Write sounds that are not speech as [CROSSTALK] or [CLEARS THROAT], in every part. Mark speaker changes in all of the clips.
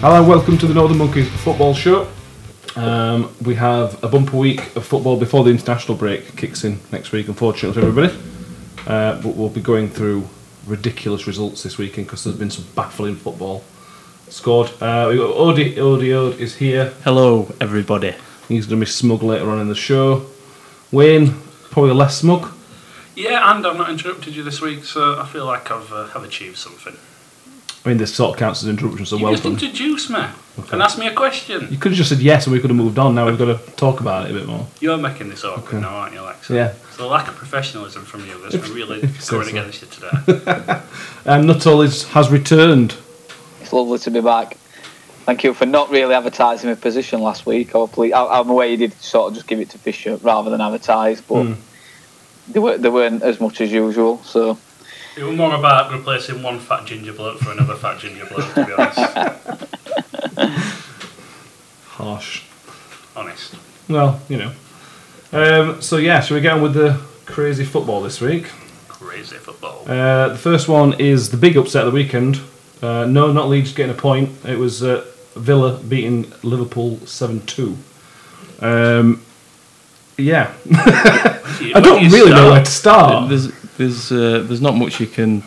Speaker 1: Hello and welcome to the Northern Monkeys Football Show. Um, we have a bumper week of football before the international break kicks in next week, unfortunately, for everybody. Uh, but we'll be going through ridiculous results this weekend because there's been some baffling football scored. Uh, we've got Odie, Odie Ode is here.
Speaker 2: Hello, everybody.
Speaker 1: He's going to be smug later on in the show. Wayne, probably less smug.
Speaker 3: Yeah, and I've not interrupted you this week, so I feel like I've uh, have achieved something.
Speaker 1: I mean, this sort of counts as interruption, so
Speaker 3: You
Speaker 1: well
Speaker 3: just
Speaker 1: done.
Speaker 3: introduced me and asked me a question.
Speaker 1: You could have just said yes and we could have moved on. Now we've got to talk about it a bit more.
Speaker 3: You're making this awkward now, aren't you, Alex?
Speaker 1: Yeah.
Speaker 3: So the lack of professionalism from you [LAUGHS] has been really
Speaker 1: if you say
Speaker 3: going
Speaker 1: so.
Speaker 3: against you [LAUGHS] today.
Speaker 1: Um, Nuttall is, has returned.
Speaker 4: It's lovely to be back. Thank you for not really advertising my position last week. Hopefully, I, I'm aware you did sort of just give it to Fisher rather than advertise, but they, were, they weren't as much as usual. So
Speaker 3: it was more about replacing one fat ginger bloke for another fat ginger bloke, to be [LAUGHS] honest.
Speaker 1: Harsh.
Speaker 3: honest.
Speaker 1: Well, you know. Um, so yeah, shall we get on with the crazy football this week?
Speaker 3: Crazy football.
Speaker 1: Uh, the first one is the big upset of the weekend. Uh, no, not Leeds getting a point. It was uh, Villa beating Liverpool seven two. Um, yeah,
Speaker 3: Where do
Speaker 1: I don't
Speaker 3: you
Speaker 1: really know
Speaker 3: start?
Speaker 1: where to start.
Speaker 2: There's there's uh, there's not much you can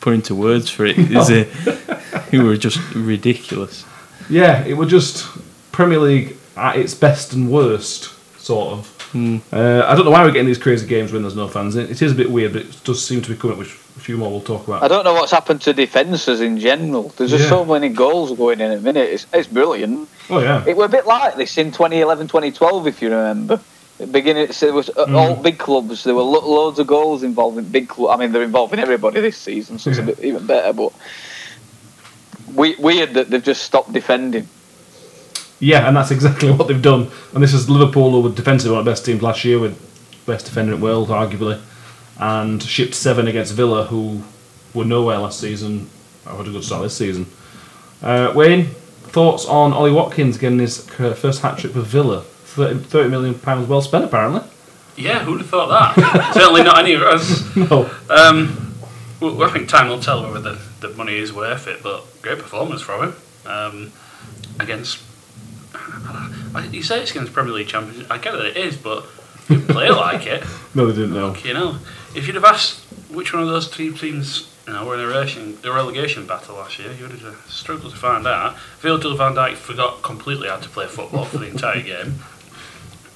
Speaker 2: put into words for it, is [LAUGHS] there? you were just ridiculous.
Speaker 1: Yeah, it was just Premier League at its best and worst, sort of. Uh, I don't know why we're getting these crazy games when there's no fans. It, it is a bit weird, but it does seem to be coming up, which a few more we'll talk about.
Speaker 4: I don't know what's happened to defences in general. There's just
Speaker 1: Yeah.
Speaker 4: so many goals going in at a minute. It's, it's brilliant.
Speaker 1: Oh yeah,
Speaker 4: It were a bit like this in 2011, 2012, if you remember. At the Beginning, it's- it was uh, all big clubs. There were lo- loads of goals involving big clubs. I mean, they're involving everybody this season, so it's a
Speaker 1: Yeah.
Speaker 4: bit even better. But we- weird that they've just stopped defending.
Speaker 1: yeah, and that's exactly [LAUGHS] what they've done. And this is Liverpool, who were defensively one of the best teams last year, with best defender in the world, arguably, and shipped seven against Villa, who were nowhere last season. I had a good start this season. Uh, Wayne, thoughts on Ollie Watkins getting his uh, first hat trick for Villa? 30, 30 million pounds well spent, apparently.
Speaker 3: Yeah, who'd have thought [LAUGHS] that? Certainly not any of us.
Speaker 1: No.
Speaker 3: Um, well, I think time will tell whether the, the money is worth it, but great performance from him um, against. [SIGHS] I- You say it's against Premier League champions. I get that it is, but you play like it.
Speaker 1: [LAUGHS] No, they didn't know.
Speaker 3: You know, if you'd have asked which one of those three teams you know were in a relegation, a relegation battle last year, you would have uh, struggled to find out. Virgil van Dijk forgot completely how to play football for the entire game.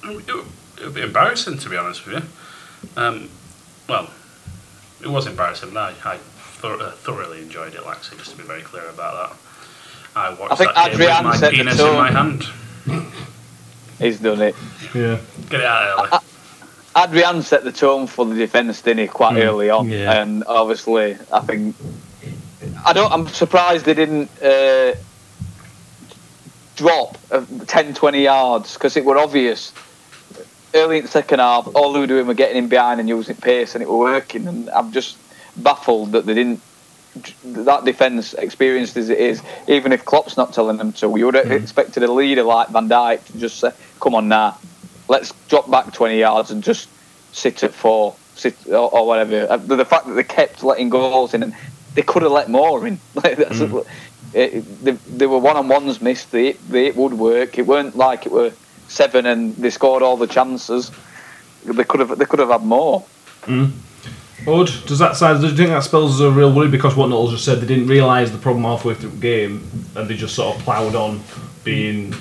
Speaker 3: It would, it would be embarrassing to be honest with you. Um, well, it was embarrassing, but I, I thor- uh, thoroughly enjoyed it. Like, so just to be very clear about that. I watched
Speaker 4: I think
Speaker 3: that game
Speaker 4: Adrian
Speaker 3: with my
Speaker 4: set the
Speaker 3: penis in
Speaker 4: tone.
Speaker 3: my hand.
Speaker 4: He's done it.
Speaker 1: Yeah.
Speaker 3: Get it out early.
Speaker 4: Adrian set the tone for the defence, didn't he, quite early on?
Speaker 2: yeah.
Speaker 4: And obviously, I think I don't. I'm surprised they didn't uh, drop of 10, 20 yards because it were obvious uh, early in the second half. All they were doing were getting in behind and using pace, and it were working. And I'm just baffled that they didn't. That defence, experienced as it is, even if Klopp's not telling them to, you would have expected a leader like Van Dijk to just say, "Come on now, let's drop back 20 yards and just sit at four, sit or, or whatever. Uh, The, the fact that they kept letting goals in, and they could have let more in. [LAUGHS] Like, that's
Speaker 2: Mm.
Speaker 4: it, they, they were one on ones missed. They, they it would work. It weren't like it were seven and they scored all the chances. They could have they could have had more.
Speaker 1: Odd. Does that sound? Do you think that spells a real worry because what Nuttall just said? They didn't realise the problem halfway through the game, and they just sort of ploughed on, being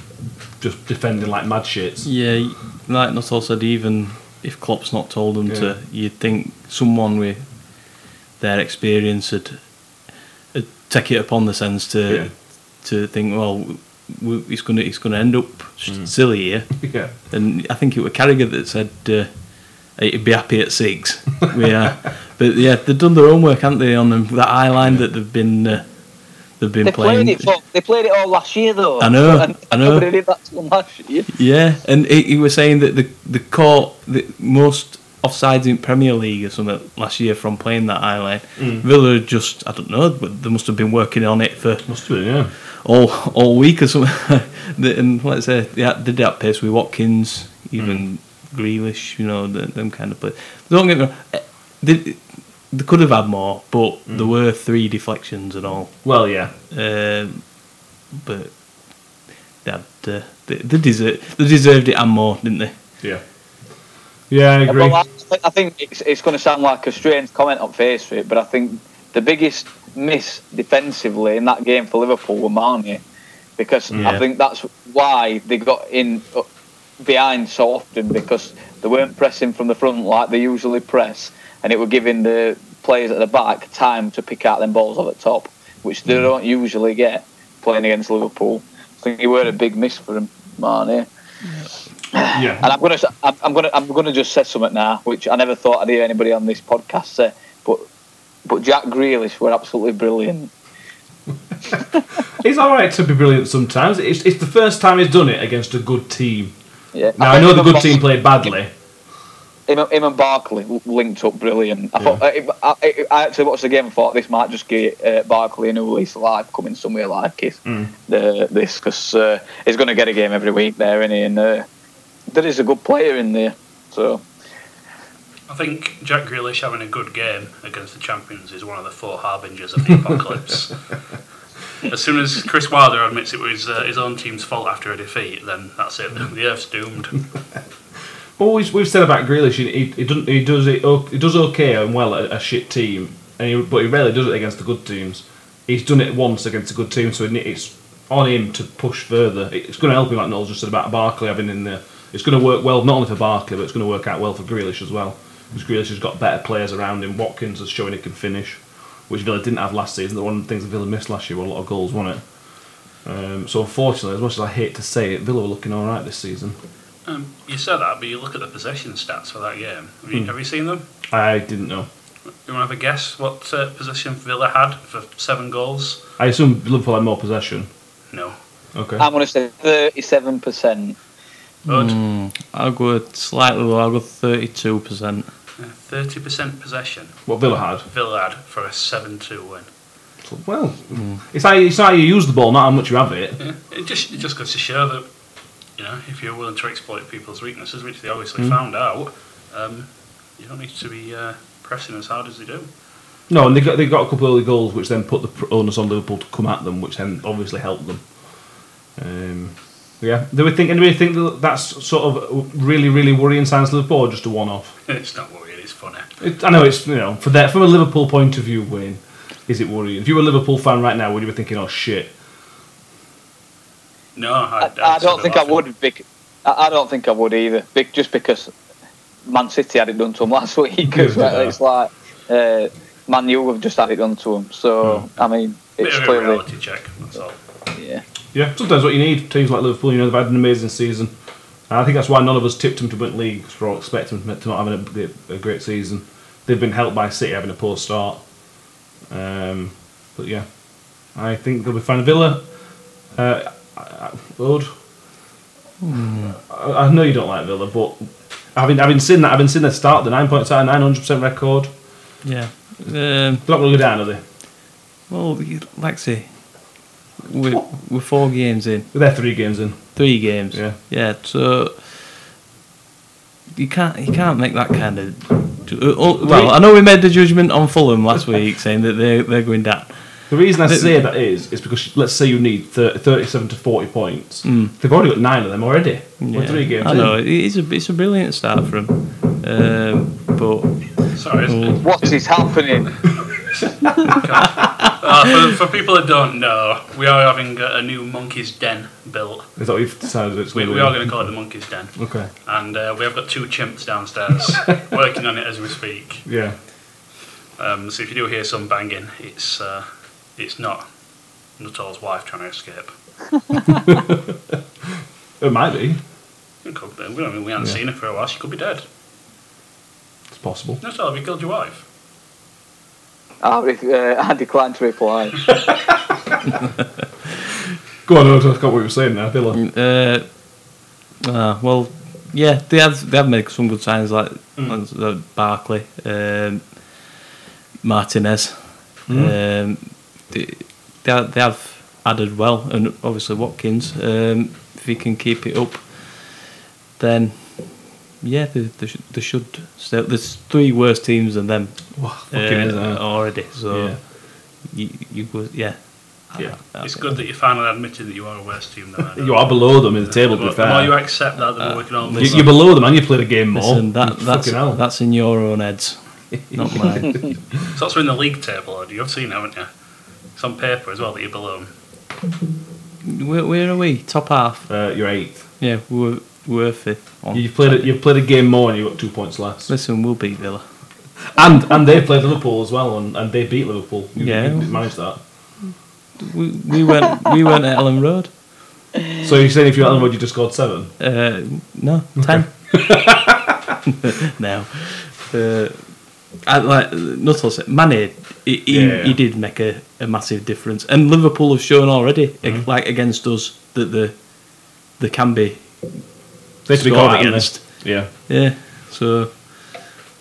Speaker 1: just defending like mad shits.
Speaker 2: Yeah, like Nuttall said, even if Klopp's not told them to, you'd think someone with their experience had, had take it upon the sense to
Speaker 1: Yeah.
Speaker 2: to think, well, w- w- it's going to it's going to end up s silly here.
Speaker 1: [LAUGHS] Yeah.
Speaker 2: and I think it was Carragher that said uh, he'd be happy at six. we are, but yeah, they've done their own work, haven't they, on them, that eye line that they've been uh, they've been
Speaker 4: They
Speaker 2: playing.
Speaker 4: played it. For, they played it all last year though.
Speaker 2: I know,
Speaker 4: And
Speaker 2: I know.
Speaker 4: Nobody did that till last year.
Speaker 2: Yeah, and he, he was saying that the the caught the most offsides in Premier League or something last year from playing that eye line. Villa just I don't know, but they must have been working on it for
Speaker 1: Must have been. Yeah.
Speaker 2: all all week or something. [LAUGHS] The- and let's say they had- they did that pace with Watkins, even Grealish, you know, the, them kind of play. Don't get me wrong, eh, they, they could have had more, but there were three deflections and all.
Speaker 1: Well, yeah.
Speaker 2: Uh, but they had uh, they, they deserved they deserved it and more, didn't they?
Speaker 1: Yeah. Yeah, I agree.
Speaker 4: Well, I, I think it's, it's going to sound like a strange comment on face it, but I think the biggest miss defensively in that game for Liverpool were Marnie, because
Speaker 2: Yeah.
Speaker 4: I think that's why they got in uh, behind so often because they weren't pressing from the front like they usually press, and it were giving the players at the back time to pick out them balls off the top, which they don't usually get playing against Liverpool. I think it were a big miss for them, Marnie. And
Speaker 1: yeah.
Speaker 4: I'm gonna, I'm I'm gonna, I'm gonna just say something now, which I never thought I'd hear anybody on this podcast say. But, but Jack Grealish were absolutely brilliant.
Speaker 1: He's alright to be brilliant sometimes. It's, it's the first time he's done it against a good team.
Speaker 4: Yeah.
Speaker 1: Now, I know
Speaker 4: think
Speaker 1: the
Speaker 4: him
Speaker 1: good
Speaker 4: and
Speaker 1: team
Speaker 4: Bar-
Speaker 1: played badly.
Speaker 4: Him, him and Barkley l- linked up brilliant. I thought I, I, I actually watched the game and thought this might just get uh, Barkley a new lease of life coming somewhere like it,
Speaker 1: Hmm.
Speaker 4: the, this because uh, he's going to get a game every week there, isn't he? and uh, there is a good player in there. So
Speaker 3: I think Jack Grealish having a good game against the champions is one of the four harbingers of the apocalypse. As soon as Chris Wilder admits it was uh, his own team's fault after a defeat, then that's it. The Earth's doomed.
Speaker 1: But we've, we've said about Grealish, he, he, doesn't, he, does it, o- he does okay and well at a shit team, and he, but he rarely does it against the good teams. He's done it once against a good team, so it- it's on him to push further. It's going to help him, like Noel just said about Barkley having in there. It's going to work well, not only for Barkley, but it's going to work out well for Grealish as well. Because Grealish has got better players around him. Watkins is showing he can finish, which Villa didn't have last season. The one of the things that Villa missed last year were a lot of goals, wasn't it? Um, so unfortunately, as much as I hate to say it, Villa were looking all right this season.
Speaker 3: Um, you said that, but you look at the possession stats for that game. Have you, have you seen them?
Speaker 1: I didn't know.
Speaker 3: You want to have a guess what uh, possession Villa had for seven goals?
Speaker 1: I assume Liverpool had more possession.
Speaker 3: No.
Speaker 1: Okay.
Speaker 4: I'm going to say thirty-seven percent.
Speaker 3: Odd.
Speaker 2: Hmm. I'll go slightly low. I'll go thirty-two percent.
Speaker 3: Yeah, 30% Uh, possession
Speaker 1: what Villa had.
Speaker 3: Villa had for a 7 2 win.
Speaker 1: Well, it's, how you, it's how you use the ball, not how much you have it.
Speaker 3: Yeah, it just it just goes to show that you know if you're willing to exploit people's weaknesses, which they obviously found out, um, you don't need to be uh, pressing as hard as they do. [LAUGHS]
Speaker 1: No, and they got, they got a couple early goals, which then put the pr- onus on Liverpool to come at them, which then obviously helped them. Um, yeah. Do we think anybody think that that's sort of really really worrying signs of Liverpool, or just a one off?
Speaker 3: it's not worrying; it's funny.
Speaker 1: I know it's you know for that from a Liverpool point of view, Wayne, is it worrying? If you were a Liverpool fan right now, would you be thinking, oh shit?
Speaker 3: No, I,
Speaker 4: I, I don't
Speaker 3: I'd
Speaker 4: think
Speaker 3: be
Speaker 4: I
Speaker 3: laughing.
Speaker 4: would. Vic. I, I don't think I would either. Vic, just because Man City had it done to them [LAUGHS] last week. as well. It's like uh, Man U have just had it done to them. So I mean, it's
Speaker 3: Hmm. Bit of a
Speaker 4: clearly
Speaker 3: reality check. That's all.
Speaker 4: yeah.
Speaker 1: Yeah, sometimes what you need teams like Liverpool, you know, they've had an amazing season. And I think that's why none of us tipped them to win the league 'cause we're all expecting them to not have a, a great season. They've been helped by City having a poor start. Um, but yeah, I think they'll be fine. Villa, uh, I- I- Lord, I, I know you don't like Villa, but having having seen that, having seen their start, the nine points out of nine hundred percent record,
Speaker 2: Yeah. Um,
Speaker 1: they're not going to go down, are they?
Speaker 2: well, you- like I say, we're, we're four games in,
Speaker 1: They're three games in.
Speaker 2: three games.
Speaker 1: Yeah.
Speaker 2: Yeah. So you can't you can't make that kind of. ju- uh, oh, Well, I know we made the judgment on Fulham last week, saying that they they're going down.
Speaker 1: The reason I
Speaker 2: The-
Speaker 1: say that is, is because let's say you need thir 37 to 40 points. They've already got nine of them already. We're
Speaker 2: Hmm. Yeah.
Speaker 1: three games
Speaker 2: I
Speaker 1: in.
Speaker 2: know it- it's a it's a brilliant start for them, um, but
Speaker 3: Sorry. isn't it?
Speaker 4: What is happening?
Speaker 3: Uh, for, for people that don't know, we are having a, a new monkey's den built.
Speaker 1: Is that what you've decided it's
Speaker 3: We,
Speaker 1: gonna
Speaker 3: we
Speaker 1: be?
Speaker 3: are going to call it the monkey's den,
Speaker 1: Okay.
Speaker 3: and uh, we have got two chimps downstairs working on it as we speak.
Speaker 1: Yeah.
Speaker 3: Um, so if you do hear some banging, it's uh, it's not Nuttall's wife trying to escape.
Speaker 1: It might be.
Speaker 3: It could be. We, don't, we haven't
Speaker 1: Yeah.
Speaker 3: seen her for a while. She could be dead.
Speaker 1: It's possible.
Speaker 3: Nuttall, have you killed your wife?
Speaker 4: I, uh, [LAUGHS] I decline to reply.
Speaker 1: Go on, I forgot what you were saying now, Villa.
Speaker 2: Uh, uh, well, yeah, they have they have made some good signs like mm. Barkley, um, Martinez. Um, they, they have- they have added well, and obviously Watkins. Um, if he can keep it up, then yeah, they, they should. They should stay, there's three worse teams than them
Speaker 1: Wow,
Speaker 2: uh,
Speaker 1: fucking is that?
Speaker 2: already. So
Speaker 1: Yeah.
Speaker 2: you, you go, yeah.
Speaker 1: Yeah.
Speaker 3: It's good that you're finally admitting that you are a worse team
Speaker 1: [LAUGHS]
Speaker 3: than I am.
Speaker 1: You are below them in the table, to be
Speaker 3: But the more you
Speaker 1: fair. Uh,
Speaker 3: accept that, the more we can all
Speaker 1: You- You're below them and you played a game more.
Speaker 2: Listen, that, that's,
Speaker 1: Fucking hell.
Speaker 2: that's in your own heads, not mine.
Speaker 3: So that's in the league table, or you've seen, haven't you? It's on paper as well that you're below 'em.
Speaker 2: where, where are we? Top half.
Speaker 1: [LAUGHS] Uh, you're eighth.
Speaker 2: Yeah, we're, we're fifth. On
Speaker 1: You've played, a, you've played a game more and you've got two points less.
Speaker 2: Listen, we'll beat Villa.
Speaker 1: And and they played Liverpool as well and, and they beat Liverpool. You,
Speaker 2: Yeah.
Speaker 1: you managed that.
Speaker 2: We, we went we went at Ellen Road.
Speaker 1: So you're saying if you're at Elmwood, you just scored seven?
Speaker 2: Uh, no, ten.
Speaker 1: [LAUGHS]
Speaker 2: now, uh, I, like Nuttall said, Mane, he, he,
Speaker 1: Yeah.
Speaker 2: he did make a, a massive difference, and Liverpool have shown already,
Speaker 1: Mm-hmm.
Speaker 2: ag- like against us, that the they can be.
Speaker 1: They had to be
Speaker 2: Scored
Speaker 1: caught
Speaker 2: against.
Speaker 1: against. Yeah.
Speaker 2: Yeah, so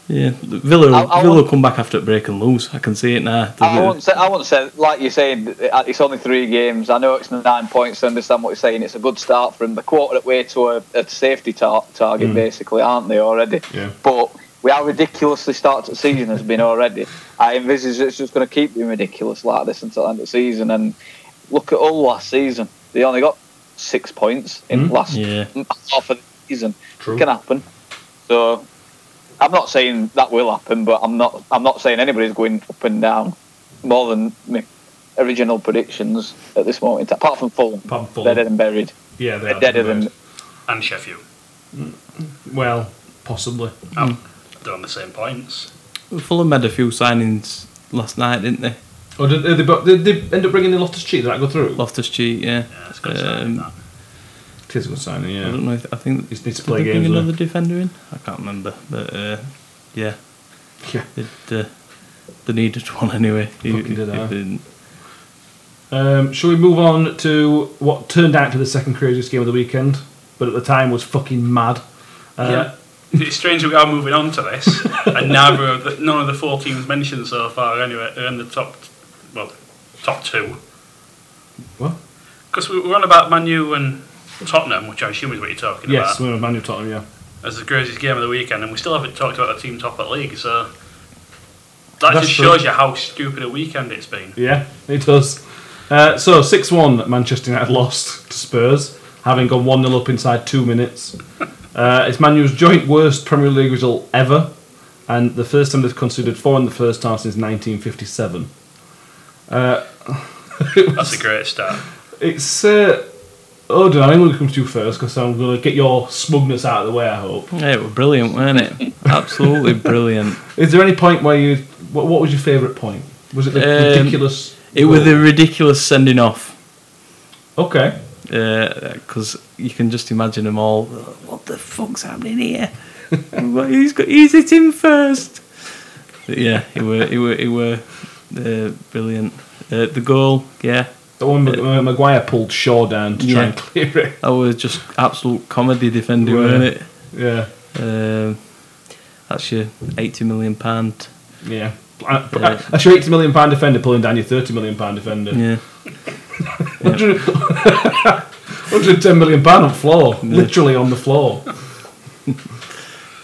Speaker 2: yeah, Villa
Speaker 4: I- I
Speaker 2: Villa
Speaker 4: want-
Speaker 2: will come back after a break and lose. I can see it now.
Speaker 4: I won't say. I won't say. Like you're saying, it's only three games. I know it's nine points. I understand what you're saying. It's a good start from the quarter way to a, a safety tar- target, basically, aren't they already?
Speaker 1: Mm. Yeah.
Speaker 4: But we how ridiculously started the season has been already. I envisage it's just going to keep being ridiculous like this until the end of the season. And look at all last season. They only got six points in
Speaker 1: Mm.
Speaker 4: last
Speaker 2: Yeah.
Speaker 4: half of the season.
Speaker 1: True.
Speaker 4: It can happen. So I'm not saying that will happen, but I'm not. I'm not saying anybody's going up and down more than my original predictions at this moment. in time. Apart from Fulham,
Speaker 1: Apart from Fulham.
Speaker 4: they're dead and buried.
Speaker 1: Yeah, they
Speaker 4: They're
Speaker 1: are.
Speaker 4: deader than
Speaker 3: and Sheffield.
Speaker 1: Well, possibly.
Speaker 3: Um, They're on the same points.
Speaker 2: Fulham had a few signings last night, didn't they?
Speaker 1: Or Oh, did, did, they, bu- did they end up bringing in Loftus Cheek? Did that go through?
Speaker 2: Loftus Cheek, yeah.
Speaker 3: Yeah, it's a good sign.
Speaker 2: Um,
Speaker 3: that.
Speaker 1: It is a good signing,
Speaker 2: I
Speaker 1: yeah.
Speaker 2: don't know. If, I think
Speaker 1: Just need to
Speaker 2: did
Speaker 1: play
Speaker 2: they bring
Speaker 1: games, though.
Speaker 2: another defender in. I can't remember, but uh, yeah,
Speaker 1: Yeah.
Speaker 2: it, uh, they needed one anyway. Who-
Speaker 1: Fucking did
Speaker 2: who
Speaker 1: I.
Speaker 2: didn't.
Speaker 1: Um, shall we move on to what turned out to be the second craziest game of the weekend, but at the time was fucking mad? Uh,
Speaker 3: yeah. It's strange that we are moving on
Speaker 1: [LAUGHS]
Speaker 3: to this, and neither of the, none of the four teams mentioned so far anyway are in the top, well, top two.
Speaker 1: What?
Speaker 3: Because we were on about Manu and Tottenham, which I assume is what you're talking
Speaker 1: Yes,
Speaker 3: about,
Speaker 1: we were Man U Tottenham, yeah.
Speaker 3: as the greatest game of the weekend, and we still haven't talked about the team top at league. So that
Speaker 1: That's
Speaker 3: just
Speaker 1: true.
Speaker 3: shows you how stupid a weekend it's been.
Speaker 1: Yeah, it does. Uh, so 6 1, Manchester United lost to Spurs, having gone 1 0 up inside two minutes. Uh, it's Manu's joint worst Premier League result ever, and the first time they've conceded four in the first half since 1957. [LAUGHS]
Speaker 3: That's a great start.
Speaker 1: It's. Uh, oh, do I'm going to come to you first because I'm going to get your smugness out of the way, I hope.
Speaker 2: Yeah, it was brilliant, weren't
Speaker 1: [LAUGHS]
Speaker 2: it? Absolutely brilliant.
Speaker 1: Is there any point where you? What, what was your favourite point? Was it the
Speaker 2: Um,
Speaker 1: ridiculous?
Speaker 2: It was a
Speaker 1: goal?
Speaker 2: ridiculous sending off
Speaker 1: okay.
Speaker 2: because Uh, you can just imagine them all. What the fuck's happening here? [LAUGHS] What- he's got he's hit him first. But yeah, it were it were it were uh, brilliant. Uh, the goal, yeah,
Speaker 1: The one Mag- uh, Maguire pulled Shaw down to try
Speaker 2: Yeah.
Speaker 1: and clear it. [LAUGHS]
Speaker 2: That was just absolute comedy defending,
Speaker 1: Were.
Speaker 2: weren't it?
Speaker 1: Yeah,
Speaker 2: Um, that's your eighty million pound.
Speaker 1: yeah. Uh,
Speaker 2: Yeah.
Speaker 1: That's your eighty million pound defender pulling down your thirty million pound defender. [LAUGHS]
Speaker 2: Yeah,
Speaker 1: 100 110 million pound on the floor, literally on the floor.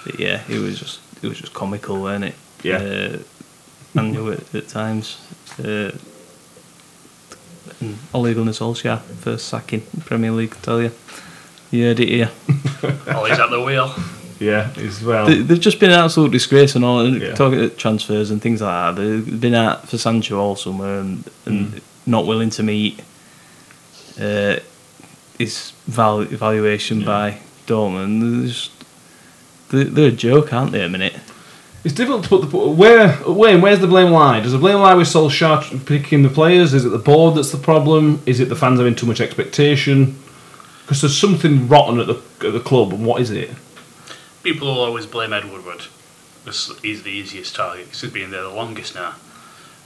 Speaker 2: But yeah, it was just it was just comical, weren't it?
Speaker 1: Yeah.
Speaker 2: uh, and you were at times. Uh, and Ole Gunnar Solskjaer, first sacking in Premier League, I tell you. You heard it here.
Speaker 3: Ollie's at the wheel.
Speaker 1: Yeah, as well.
Speaker 2: They, they've just been an absolute disgrace and all. And
Speaker 1: Oh. Yeah.
Speaker 2: Talking at transfers and things like that, they've been out for Sancho all summer and, and
Speaker 1: Mm.
Speaker 2: not willing to meet uh, his val- valuation by Dortmund. They're, just, they're, they're a joke, aren't they? A minute.
Speaker 1: It's difficult to put the where Wayne. Where's the blame lie? Does the blame lie with Solskjaer picking the players? Is it the board that's the problem? Is it the fans having too much expectation? Because there's something rotten at the at the club, and what is it?
Speaker 3: People will always blame Ed Woodward. 'cause He's the easiest target. 'cause He's been there the longest now.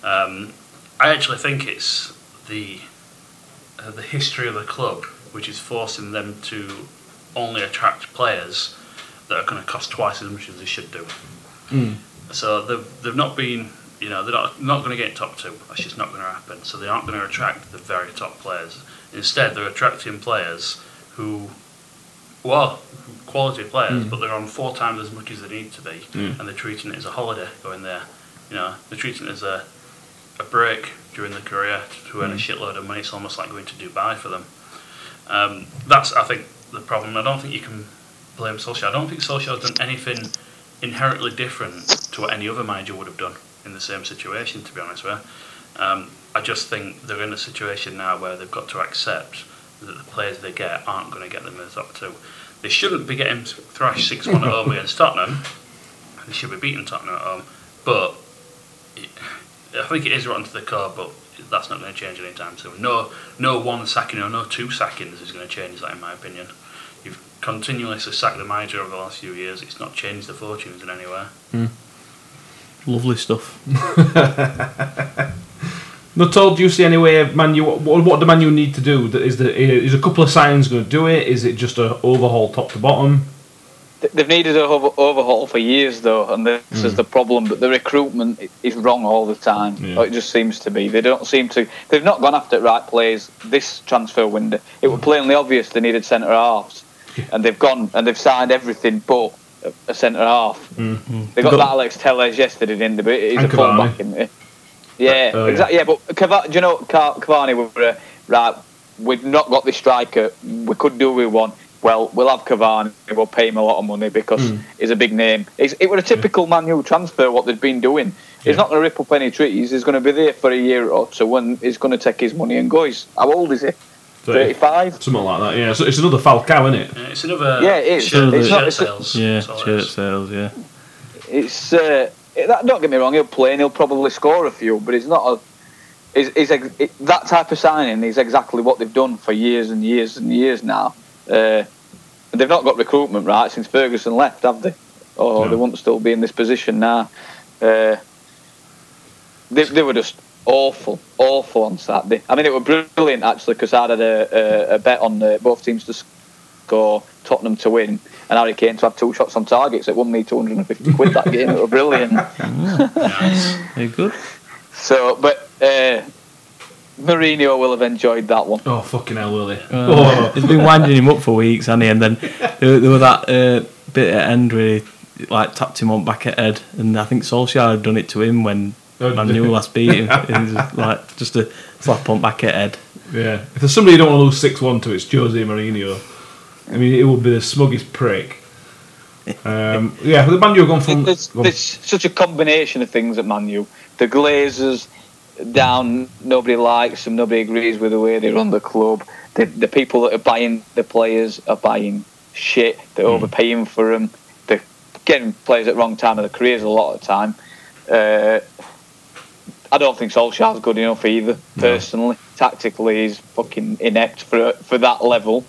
Speaker 3: Um, I actually think it's the uh, the history of the club which is forcing them to only attract players that are going to cost twice as much as they should do. So they've, they've not been, you know, they're not, not going to get top two. That's just not going to happen. So they aren't going to attract the very top players. Instead, they're attracting players who, well, quality players, but they're on four times as much as they need to be, and they're treating it as a holiday going there. You know, they're treating it as a, a break during their career to earn a shitload of money. It's almost like going to Dubai for them. Um, that's, I think, the problem. I don't think you can blame Solskjaer. I don't think Solskjaer's done anything inherently different to what any other manager would have done in the same situation, to be honest with you. Um, I just think they're in a situation now where they've got to accept that the players they get aren't going to get them in the top two. They shouldn't be getting thrashed 6 1 at home against Tottenham. They should be beating Tottenham at home. But it, I think it is rotten to the core, but that's not going to change anytime soon. No, no one sacking or no two sackings is going to change that, in my opinion. You've continuously sacked the manager over the last few years. It's not changed the fortunes in any way.
Speaker 2: Lovely stuff.
Speaker 1: Not told. Do you see any way, Man U? What, what do Man U need to do? That is the is a couple of signs going to do it? Is it just a overhaul top to bottom?
Speaker 4: Th- They've needed an over- overhaul for years, though, and this is the problem. But the recruitment i- is wrong all the time.
Speaker 1: Mm. Yeah.
Speaker 4: Or it just seems to be. They don't seem to. They've not gone after right players this transfer window. It
Speaker 1: Mm.
Speaker 4: was plainly obvious they needed centre halves, and they've gone and they've signed everything but a- a centre half. They got
Speaker 1: Mm-hmm. Got-
Speaker 4: that Alex Tellez yesterday, didn't they? But he's
Speaker 1: And
Speaker 4: a fullback,
Speaker 1: Cavani.
Speaker 4: isn't he? Yeah,
Speaker 1: Oh, yeah.
Speaker 4: exactly. Yeah, but Cavani, do you know Ca- Cavani were uh, right? We've not got this striker. We could do with one. Well, we'll have Cavani. We'll pay him a lot of money because
Speaker 1: Hmm.
Speaker 4: he's a big name. It's, it were a typical Man U transfer. What they've been doing.
Speaker 1: Yeah.
Speaker 4: He's not going to rip up any trees. He's going to be there for a year or two, and he's going to take his money and go. He's, how old is he? Thirty-five.
Speaker 1: Something like that. Yeah. So it's another Falcao, isn't it?
Speaker 3: Yeah, it's
Speaker 1: Uh,
Speaker 3: another
Speaker 4: Yeah, it is.
Speaker 3: shirt,
Speaker 4: It's
Speaker 3: shirt
Speaker 4: not- it's a-
Speaker 3: sales.
Speaker 2: Yeah,
Speaker 3: That's all it
Speaker 2: shirt
Speaker 3: is.
Speaker 2: sales.
Speaker 3: [CLEARS THROAT]
Speaker 2: Yeah,
Speaker 4: it's uh, it- that, don't get me wrong. He'll play and he'll probably score a few, but it's not a. Is is ex- it, that type of signing is exactly what they've done for years and years and years now. Uh, they've not got recruitment right since Ferguson left, have they? Or
Speaker 1: No.
Speaker 4: they wouldn't still be in this position now. Uh, they, they were just awful, awful on Saturday. I mean, it were brilliant actually because I had a, a, a bet on uh, both teams to score, Tottenham to win, and Harry Kane to have two shots on target. So it won me 250 quid that game. It were brilliant. [LAUGHS]
Speaker 3: Nice.
Speaker 2: very good.
Speaker 4: So, but uh, Mourinho will have enjoyed that one.
Speaker 1: Oh fucking hell, will he?
Speaker 2: Uh,
Speaker 1: oh.
Speaker 2: He's been winding him up for weeks, hasn't he? And then there, there was that uh, bit at end where he like tapped him on back at head, and I think Solskjaer had done it to him when
Speaker 1: Oh,
Speaker 2: Manuel last
Speaker 1: [LAUGHS]
Speaker 2: beat him, and he just, like just a slap on back at head.
Speaker 1: Yeah. If there's somebody you don't want to lose six one to, it's Jose Mourinho. I mean, it would be the smuggest prick. Um, yeah, the Man U have gone from.
Speaker 4: There's,
Speaker 1: gone-
Speaker 4: there's such a combination of things at Man U. The Glazers down, nobody likes them, nobody agrees with the way they run the club. The, the people that are buying the players are buying shit. They're
Speaker 1: Hmm.
Speaker 4: overpaying for them. They're getting players at the wrong time of their careers a lot of the time. Uh, I don't think Solskjaer's good enough either, personally. Tactically, he's fucking inept for for that level.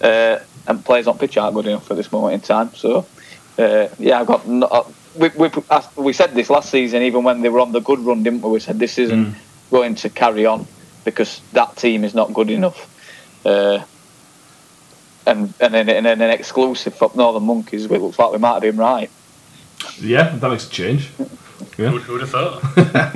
Speaker 4: Uh, and players on pitch aren't good enough at this moment in time. So, uh, yeah, I've got. No, uh, we, we, uh, we said this last season, even when they were on the good run, didn't we? We said this isn't going to carry on because that team is not good enough. Uh, and and then, and then an exclusive for Northern Monkeys, it looks like we might have been right.
Speaker 1: yeah, that makes a change.
Speaker 3: Who would have thought?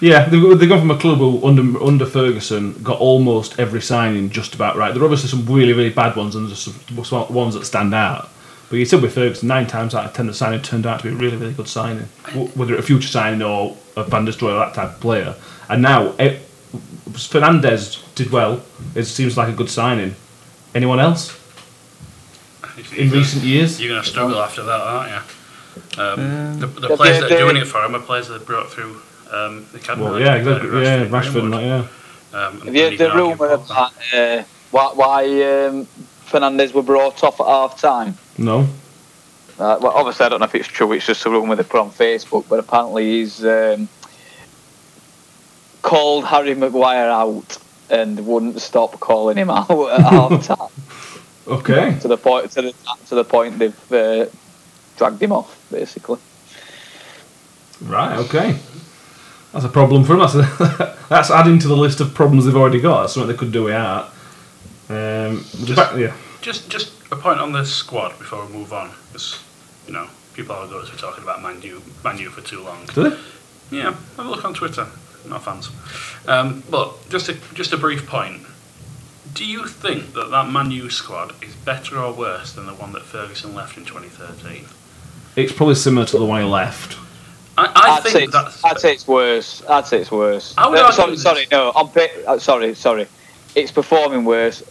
Speaker 1: Yeah, they've, go- they've gone from a club who, under, under Ferguson, got almost every signing just about right. There are obviously some really, really bad ones and there's some some ones that stand out. But you said with Ferguson, nine times out of ten, the signing turned out to be a really, really good signing, W- whether a future signing or a Van der Stroy or that type of player. And now eh, Fernandez did well. It seems like a good signing. Anyone else in recent years?
Speaker 3: You're going to struggle after that, aren't you? Um, the, the
Speaker 4: Yeah,
Speaker 3: players
Speaker 4: they-
Speaker 3: that are doing
Speaker 4: they-
Speaker 3: it for him are players that are brought through um, the academy.
Speaker 1: Well,
Speaker 3: like,
Speaker 1: yeah,
Speaker 3: uh,
Speaker 1: exactly. Yeah, Rashford, and
Speaker 3: Greenwood.
Speaker 1: that, yeah.
Speaker 3: Um, and
Speaker 4: Have you heard the
Speaker 3: Brendan Rodgers.
Speaker 4: rumour about uh, why, why um, Fernandez were brought off at half time?
Speaker 1: No.
Speaker 4: Uh, well, obviously, I don't know if it's true. It's just a rumour they put on Facebook. But apparently, he's um, called Harry Maguire out and wouldn't stop calling him [LAUGHS] out
Speaker 3: [LAUGHS]
Speaker 4: at half time
Speaker 1: Okay.
Speaker 4: to the point to the to the point they've uh, dragged him off basically.
Speaker 1: Right, okay. That's a problem for them. That's, [LAUGHS] that's adding to the list of problems they've already got. That's something they could do without. Um, the
Speaker 3: Just-
Speaker 1: back, yeah.
Speaker 3: Just, just a point on the squad before we move on, because you know people are going to be talking about Man U, Man U for too long.
Speaker 1: Do they?
Speaker 3: Yeah, have a look on Twitter. No fans. Um, but just a just a brief point. Do you think that that Man U squad is better or worse than the one that Ferguson left in 2013?
Speaker 1: It's probably similar to the one he left.
Speaker 3: I, I
Speaker 4: would say
Speaker 3: think
Speaker 4: it's,
Speaker 3: that's.
Speaker 4: I'd say it's worse. I'd say it's worse.
Speaker 3: I would
Speaker 4: No,
Speaker 3: argue
Speaker 4: sorry,
Speaker 3: this-
Speaker 4: sorry, no. On pa- uh, sorry, sorry. It's performing worse.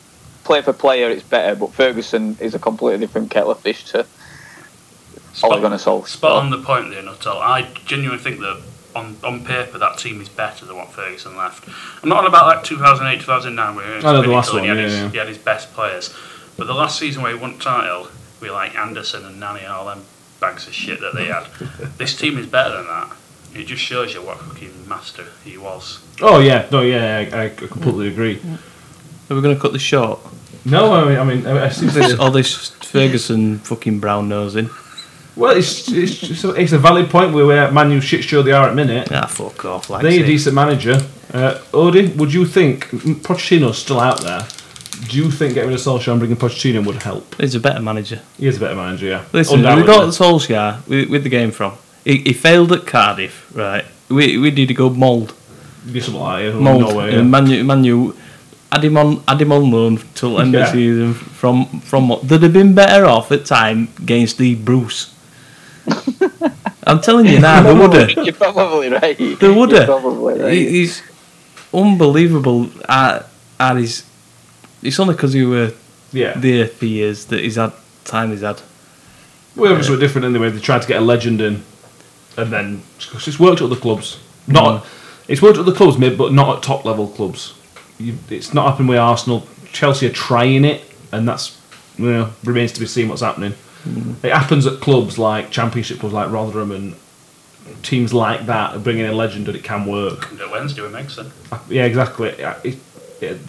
Speaker 4: Play for player, it's better. But Ferguson is a completely different kettle of fish to
Speaker 3: spot-
Speaker 4: Ole Gunnar Solskjaer.
Speaker 3: Spot on the point there, Nuttall. I genuinely think that on, on paper that team is better than what Ferguson left. I'm not on about that 2008 2009 where it was
Speaker 1: I know Oh, the
Speaker 3: critical
Speaker 1: last
Speaker 3: and he
Speaker 1: one,
Speaker 3: had
Speaker 1: yeah,
Speaker 3: his,
Speaker 1: yeah.
Speaker 3: he had his best players. But the last season where he won title, we like Anderson and Nani and all them bags of shit that
Speaker 1: [LAUGHS]
Speaker 3: they had. this team is better than that. It just shows you what fucking master he was.
Speaker 1: Oh yeah, no, yeah, I, I completely agree.
Speaker 2: Are we going to cut this short?
Speaker 1: No, I mean, I mean, I, I seem
Speaker 2: It's [LAUGHS]
Speaker 1: to
Speaker 2: all this Ferguson fucking brown nosing.
Speaker 1: well, it's it's just, it's a valid point where we're at Man U shit show they are at minute.
Speaker 2: Ah, fuck off. Like
Speaker 1: They're a
Speaker 2: it.
Speaker 1: decent manager. Uh, Odin, would you think m- Pochettino's still out there? Do you think getting rid of Solskjaer and bringing Pochettino in would help?
Speaker 2: He's a better manager.
Speaker 1: He is a better manager, yeah.
Speaker 2: Listen, we
Speaker 1: Undoubtedly.
Speaker 2: got Solskjaer with, with the game from. He, he failed at Cardiff, right? We, we did a good mould.
Speaker 1: Be something like that,
Speaker 2: Mould.
Speaker 1: Norway, yeah.
Speaker 2: And Manu, Manu had, him on, had him on loan till end of
Speaker 1: Yeah.
Speaker 2: the season from, from what? They'd have been better off at time against
Speaker 1: [LAUGHS]
Speaker 2: the Bruce. I'm telling you [LAUGHS] now, they would have.
Speaker 4: [LAUGHS] You're probably right.
Speaker 2: They would
Speaker 4: You're
Speaker 2: have.
Speaker 4: probably right.
Speaker 2: He- He's unbelievable at, at his. It's only because he were
Speaker 1: yeah.
Speaker 2: there for years that he's had time he's had.
Speaker 1: We're obviously different anyway. They tried to get a legend in, and then because it's worked at other clubs. Not it's worked at other clubs, maybe, but not at top level clubs. You, it's not happened with Arsenal. Chelsea are trying it, and that's you know remains to be seen what's happening. It happens at clubs like Championship clubs like Rotherham and teams like that are bringing in a legend, and it can work.
Speaker 3: And at Wednesday with Megson.
Speaker 1: Yeah, exactly. It- it-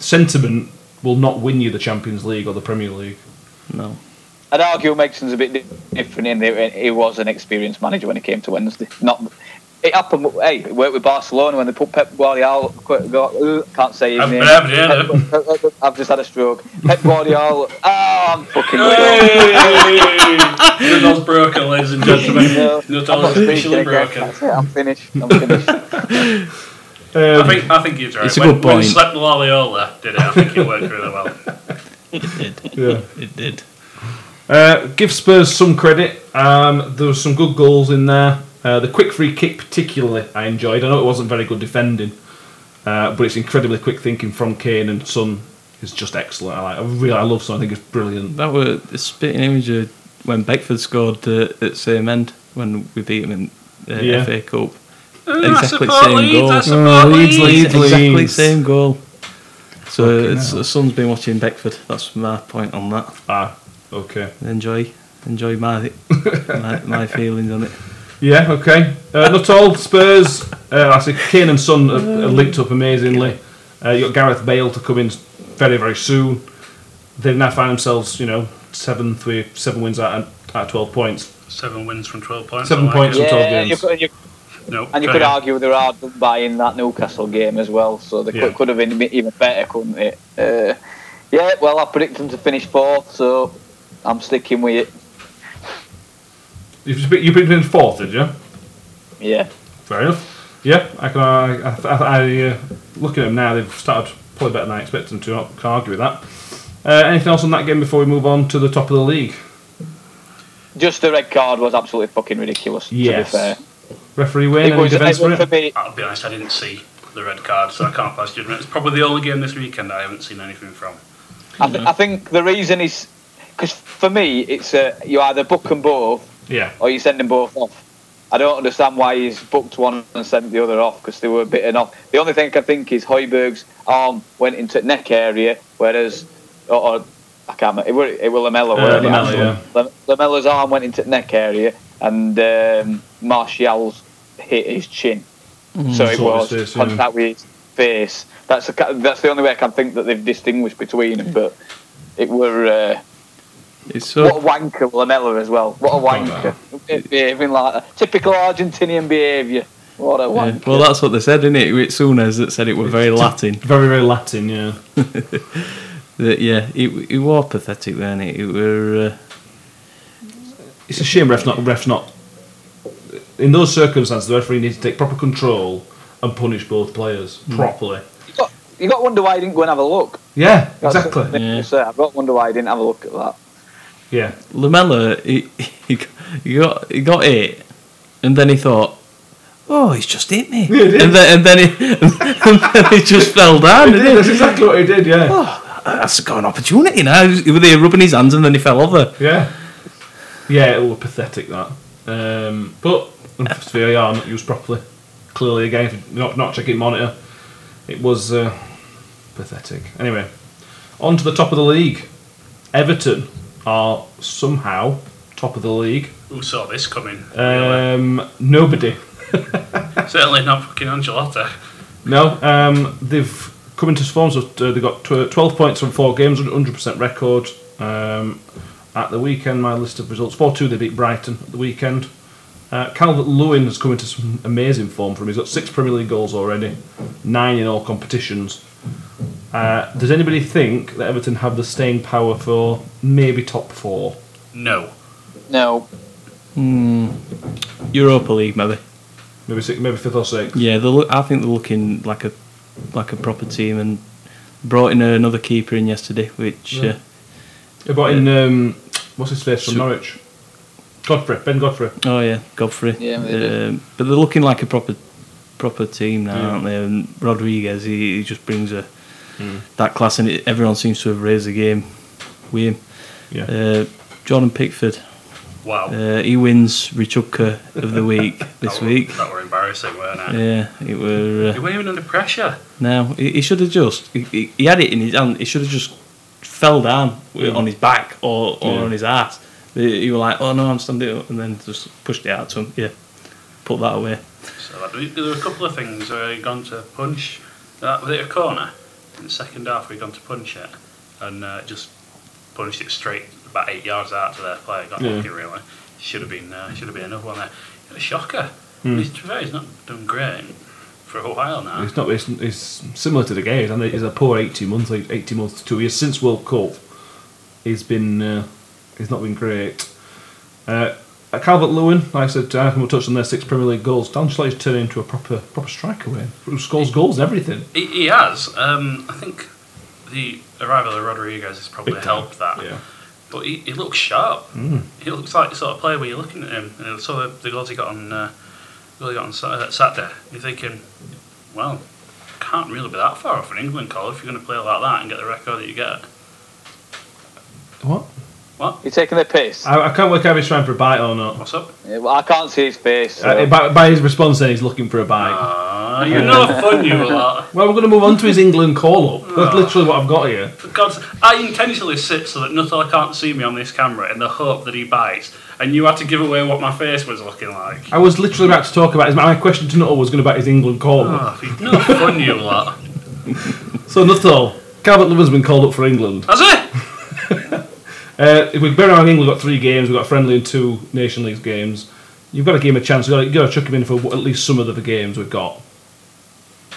Speaker 1: sentiment will not win you the Champions League or the Premier League.
Speaker 2: No.
Speaker 4: I'd argue Megson's a bit di- different in that he was an experienced manager when he came to Wednesday. Not it happened. Hey, it worked with Barcelona when they put Pep Guardiola. qu- go- uh, Can't say his
Speaker 3: I've
Speaker 4: name.
Speaker 3: been having it,
Speaker 4: Pep- Pep- Pep- I've just had a stroke. Pep Guardiola. [LAUGHS] Ah, I'm fucking.
Speaker 3: [LAUGHS] Nuttall's broken, ladies and gentlemen.
Speaker 4: No, I'm not
Speaker 3: Nuttall is
Speaker 4: speaking
Speaker 3: officially
Speaker 4: again.
Speaker 3: broken.
Speaker 4: That's it, I'm finished.
Speaker 3: [LAUGHS]
Speaker 4: I'm finished.
Speaker 1: Um,
Speaker 3: I think I think he was right.
Speaker 2: It's a
Speaker 3: when,
Speaker 2: good
Speaker 3: When he
Speaker 2: point.
Speaker 3: slept with Lolliola, did it? I think it worked
Speaker 2: [LAUGHS]
Speaker 3: really well.
Speaker 2: It did.
Speaker 1: yeah.
Speaker 2: It did.
Speaker 1: Uh, give Spurs some credit. Um, there were some good goals in there. Uh, the quick free kick, particularly, I enjoyed. I know it wasn't very good defending, uh, but it's incredibly quick thinking from Kane and Son is just excellent. I, like, I really, I love Son. I think it's brilliant.
Speaker 2: That were a spitting image of when Beckford scored uh, at same end when we beat him in the
Speaker 1: Yeah.
Speaker 2: FA uh, Cup.
Speaker 3: I
Speaker 2: Exactly
Speaker 3: support
Speaker 2: same
Speaker 3: Leeds.
Speaker 2: goal.
Speaker 3: I
Speaker 2: No,
Speaker 3: support
Speaker 1: Leeds,
Speaker 3: Leeds.
Speaker 1: Leeds.
Speaker 2: Exactly
Speaker 1: Leeds.
Speaker 2: same goal. So
Speaker 1: Fucking
Speaker 2: it's,
Speaker 1: hell.
Speaker 2: the son's been watching Beckford. That's my point on that.
Speaker 1: Ah, okay.
Speaker 2: Enjoy, enjoy my
Speaker 1: [LAUGHS]
Speaker 2: my, my feelings on it.
Speaker 1: Yeah, okay. Uh, not all Spurs. Uh, I say Kane and Son are, are linked up amazingly. Uh, you got Gareth Bale to come in very, very soon. They now find themselves, you know, seventh with seven wins out of, out of twelve points.
Speaker 3: Seven wins from 12 points.
Speaker 1: Seven
Speaker 3: I
Speaker 1: points.
Speaker 3: It.
Speaker 1: Some
Speaker 4: yeah,
Speaker 1: games.
Speaker 4: you could, you,
Speaker 3: No,
Speaker 4: and you
Speaker 3: try
Speaker 4: could
Speaker 3: it.
Speaker 4: argue they were hard done by in that Newcastle game as well. So they
Speaker 1: Yeah.
Speaker 4: could, could have been even better, couldn't it? Uh, yeah. Well, I predict them to finish fourth, so I'm sticking with it.
Speaker 1: You've been- you've been in fourth, did you?
Speaker 4: Yeah.
Speaker 1: Fair enough. Yeah, I can. I, I, I uh, look at them now. They've started probably better than I expected them to. I can't argue with that. Uh, anything else on that game before we move on to the top of the league?
Speaker 4: Just the red card was absolutely fucking ridiculous.
Speaker 1: Yes.
Speaker 4: To be fair,
Speaker 1: Referee Wayne, any
Speaker 4: was,
Speaker 1: defence for
Speaker 4: was for
Speaker 1: it?
Speaker 4: me.
Speaker 3: I'll be honest, I didn't see the red card, so I can't pass judgment. It's probably the only game this weekend I haven't seen anything from.
Speaker 4: I, th- I think the reason is because for me, it's uh, you either book them both
Speaker 1: Yeah,
Speaker 4: or you send them both off. I don't understand why he's booked one and sent the other off because they were bitten off. The only thing I can think is Hoiberg's arm went into neck area, whereas or, or I can't remember, it were it were Lamella.
Speaker 1: Uh,
Speaker 4: weren't it,
Speaker 1: Lamella,
Speaker 4: actually?
Speaker 1: yeah.
Speaker 4: Lam- Lamella's arm went into neck area, and um, Martial's hit his chin, so it
Speaker 1: Sort of
Speaker 4: was
Speaker 1: his face, yeah.
Speaker 4: contact with his face. That's the ca- that's the only way I can think that they've distinguished between them, but. It were uh,
Speaker 2: It's so
Speaker 4: what a wanker Lamella as well. What a wanker! Behaving like that. typical Argentinian behaviour. What
Speaker 2: Yeah,
Speaker 4: a wanker!
Speaker 2: Well, that's what they said, isn't it? It was Souness that said it were very Latin.
Speaker 1: very very Latin. Yeah,
Speaker 2: That yeah, it it were pathetic, weren't it? It were. Uh,
Speaker 1: it's a shame ref not ref not. In those circumstances, the referee needs to take proper control and punish both players
Speaker 2: Hmm.
Speaker 1: properly.
Speaker 4: you got, you got to wonder why he didn't go and have a look.
Speaker 1: Yeah,
Speaker 4: That's
Speaker 1: exactly.
Speaker 4: something
Speaker 2: Yeah.
Speaker 4: to say. I've got to wonder why he didn't have a look at that.
Speaker 1: Yeah,
Speaker 2: Lamella, he, he, got- he got he got it, and then he thought, oh, he's just hit me.
Speaker 1: Yeah, he did.
Speaker 2: and, then, and, then he, [LAUGHS] and then he just fell down.
Speaker 1: He
Speaker 2: and
Speaker 1: did, that's exactly what he did, yeah.
Speaker 2: oh, that's got an opportunity now. He was there rubbing his hands and then he fell over.
Speaker 1: Yeah. Yeah, it was pathetic that. Um, but it's VAR not used properly. Clearly, again, if you're not not checking monitor, it was uh, pathetic. Anyway, on to the top of the league. Everton are somehow top of the league.
Speaker 3: Who saw this coming?
Speaker 2: Uh,
Speaker 3: really?
Speaker 1: Um, nobody.
Speaker 3: Certainly not fucking Angelotta.
Speaker 1: No, um, they've come into form. So uh, they got tw- twelve points from four games, hundred percent record. Um, at the weekend, my list of results: four two. They beat Brighton at the weekend. Uh, Calvert Lewin has come into some amazing form from. He's got six Premier League goals already, nine in all competitions. Uh, does anybody think that Everton have the staying power for maybe top four?
Speaker 3: No.
Speaker 4: No,
Speaker 2: Europa League, maybe.
Speaker 1: Maybe six, maybe fifth or sixth.
Speaker 2: Yeah, they look, I think they're looking like a like a proper team and brought in another keeper in yesterday, which
Speaker 1: Yeah.
Speaker 2: uh,
Speaker 1: They brought in um, what's his face from
Speaker 2: Su-
Speaker 1: Norwich? Godfrey, Ben Godfrey.
Speaker 2: oh yeah, Godfrey.
Speaker 4: Yeah, they did.
Speaker 2: um, but they're looking like a proper proper team now,
Speaker 1: Yeah.
Speaker 2: aren't they? And Rodriguez, he, he just brings a
Speaker 1: Hmm.
Speaker 2: that class, and it, everyone seems to have raised the game with him.
Speaker 1: Yeah.
Speaker 2: Uh, Jordan Pickford,
Speaker 3: Wow.
Speaker 2: uh, he wins Richupka of the
Speaker 1: [LAUGHS]
Speaker 2: week this
Speaker 3: that were,
Speaker 2: week.
Speaker 3: That were embarrassing, weren't it?
Speaker 2: Yeah, it were. Uh,
Speaker 3: You weren't even under pressure.
Speaker 2: No, he, he should have just. He, he, he had it in his hand. He should have just fell down wi- on his back or, or
Speaker 1: Hmm. Yeah.
Speaker 2: on his ass. He, he was like, "Oh no, I'm standing up," and then just pushed it out to him. Yeah, put that away.
Speaker 3: So that, there were a couple of things where he'd gone to punch. That was it a corner. In the second half, we'd gone to punch it and uh, just punched it straight about eight yards out to their player. Got
Speaker 1: Yeah.
Speaker 3: lucky really. Should have been uh, should have been another one there. A shocker.
Speaker 1: Hmm.
Speaker 3: He's, to be fair, he's not done great for a while now.
Speaker 1: It's not. It's, it's similar to the game, and it's a poor eighteen months, like eighteen months to two years since World Cup. He's been. Uh, he's not been great. Uh, Calvert Lewin, like I said, I will touch on their six Premier League goals. Dan Schlager's turned into a proper proper striker, Wayne, who scores goals and everything.
Speaker 3: He, he has. Um, I think the arrival of Rodriguez has probably
Speaker 1: Big time.
Speaker 3: helped that.
Speaker 1: Yeah,
Speaker 3: But he, he looks sharp. He looks like the sort of player where you're looking at him. And so the, the goals he got on uh, goal he got on Sat- uh, Saturday, you're thinking, well, can't really be that far off an England call if you're going to play like that and get the record that you get.
Speaker 1: what?
Speaker 4: you're taking the piss.
Speaker 1: I, I can't work out if he's trying for a bite or not.
Speaker 3: What's up?
Speaker 4: Yeah, well, I can't see his face. so-
Speaker 1: Uh, by, by his response, saying he's looking for a bite.
Speaker 3: Ah, you know how fun you are.
Speaker 1: well, we're going to move on to his England call up. That's literally what I've got here.
Speaker 3: For God's, I intentionally sit so that Nuttall can't see me on this camera in the hope that he bites. And you had to give away what my face was looking like.
Speaker 1: I was literally about to talk about his. My question to Nuttall was going to be about his England call up.
Speaker 3: Oh, you know how fun you lot.
Speaker 1: So Nuttall, Calvert Lewin's been called up for England.
Speaker 3: Has he?
Speaker 1: Uh, if we bear in mind England got three games, we've got a friendly and two Nation League games. You've got to give him a chance. You've got to, you've got to chuck him in for at least some of the games we've got.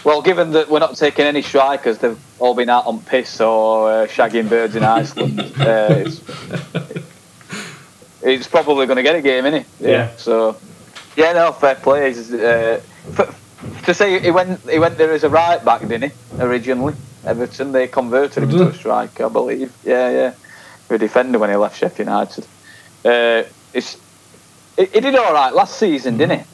Speaker 4: Well, given that we're not taking any strikers, they've all been out on piss or uh, shagging birds in Iceland. uh, it's, it's probably going to get a game, isn't it?
Speaker 1: Yeah.
Speaker 4: So, yeah, no, fair play. He's, Uh, f- to say he went, he went there as a right back, didn't he? Originally, Everton they converted him
Speaker 1: Did
Speaker 4: to
Speaker 1: they?
Speaker 4: a striker, I believe. Yeah, yeah, he was a defender when he left Sheffield United. Uh, it's, he, he did all right last season, didn't he?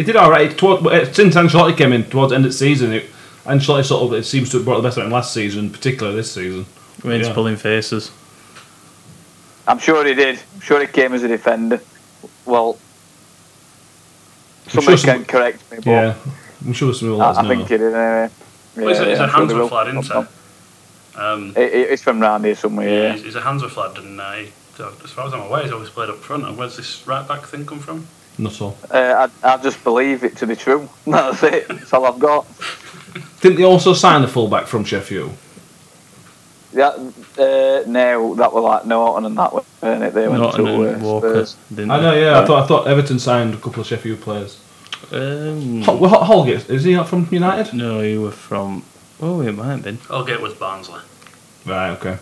Speaker 1: He did all right toward, uh, since Ancelotti came in towards the end of the season. It, Ancelotti sort of it seems to have brought the best out of him last season, particularly this season.
Speaker 2: Wayne's
Speaker 1: Yeah.
Speaker 2: pulling faces.
Speaker 4: I'm sure he did. I'm sure he came as a defender. Well,
Speaker 1: I'm
Speaker 4: somebody
Speaker 1: sure
Speaker 4: can correct me, but
Speaker 1: Yeah, I'm sure some will let us
Speaker 4: I, I
Speaker 1: know.
Speaker 4: think he did anyway.
Speaker 3: Well, he's a, he's
Speaker 4: Yeah,
Speaker 3: a
Speaker 4: I'm sure
Speaker 3: hands
Speaker 4: they
Speaker 3: were
Speaker 4: will.
Speaker 3: flat, isn't he? Um,
Speaker 4: He- he- He's from round here somewhere.
Speaker 3: Yeah,
Speaker 4: Yeah.
Speaker 3: he's, he's a Hansa lad, and uh, he, as far as I'm aware, he's always played up front. And where's this right back thing come from?
Speaker 1: Nuttall.
Speaker 4: Uh, I, I just believe it to be true. [LAUGHS] That's it. That's all I've got.
Speaker 1: Didn't they also sign the fullback from Sheffield?
Speaker 4: Yeah, uh, no, that were like Norton and that were, weren't it? They went
Speaker 2: Norton
Speaker 4: to
Speaker 2: and
Speaker 4: uh,
Speaker 2: Walker.
Speaker 4: Spurs.
Speaker 2: Didn't
Speaker 1: I know. Yeah, I thought I thought Everton signed a couple of Sheffield players.
Speaker 2: they? Um,
Speaker 1: Hol- well, Hol- Holgate is he not from United?
Speaker 2: no, you were from. Oh, it might have been.
Speaker 3: Holgate was Barnsley.
Speaker 1: Right. Okay.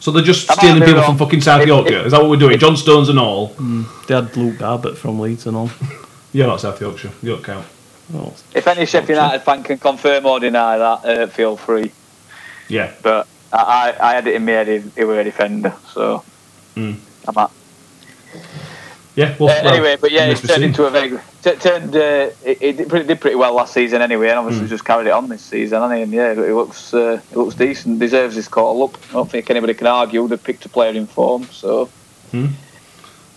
Speaker 1: So they're just
Speaker 4: I might
Speaker 1: stealing
Speaker 4: be
Speaker 1: people
Speaker 4: wrong.
Speaker 1: from fucking South
Speaker 4: It-
Speaker 1: Yorkshire.
Speaker 4: it-
Speaker 1: Is that what we're doing? John Stones and all.
Speaker 2: They had Luke Garbutt from Leeds and all.
Speaker 1: You're not South Yorkshire. You don't count.
Speaker 2: Oh,
Speaker 4: If any Sheffield United fan can confirm or deny that, uh, feel free.
Speaker 1: Yeah.
Speaker 4: But I,
Speaker 1: Hmm.
Speaker 4: I, I had it in my head he, he were a defender, so I'm at.
Speaker 1: Yeah. Well,
Speaker 4: Uh,
Speaker 1: well,
Speaker 4: anyway, but yeah,
Speaker 1: remains to
Speaker 4: it
Speaker 1: be
Speaker 4: turned
Speaker 1: seen.
Speaker 4: into a very t- turned. Uh, it, it did pretty, did pretty well last season anyway, and
Speaker 1: Hmm.
Speaker 4: obviously just carried it on this season. hasn't he? And yeah, it looks uh, it looks decent. Deserves his call up. I don't think anybody can argue. They picked a player in form, so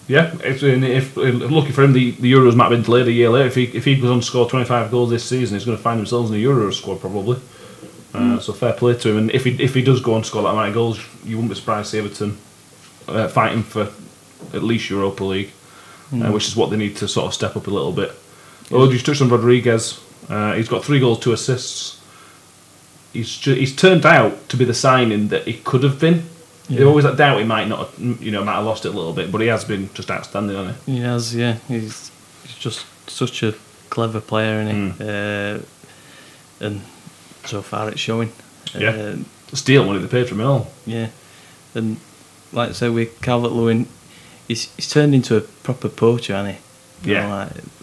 Speaker 1: Yeah, if, and if, if lucky for him, the, the Euros might have been delayed a year later. If he if he goes on to score twenty five goals this season, he's going to find himself in the Euro squad probably. Uh, so fair play to him, and if he if he does go on to score that amount of goals, you wouldn't be surprised to see Everton uh, fighting for at least Europa League, uh, which is what they need to sort of step up a little bit. Oh, you touched on Rodriguez. Uh, he's got three goals, two assists. He's ju- he's turned out to be the signing that he could have been. There's always that doubt he might not, have- you know, might have lost it a little bit, but he has been just outstanding on it.
Speaker 2: He has, yeah. He's, he's just such a clever player,
Speaker 1: Hmm.
Speaker 2: isn't he? Uh, and so far it's showing.
Speaker 1: Yeah.
Speaker 2: Uh,
Speaker 1: Steal money they paid from him all.
Speaker 2: yeah. And like I said, with Calvert Lewin, he's, he's turned into a proper poacher, hasn't he? You
Speaker 1: Yeah.
Speaker 2: know,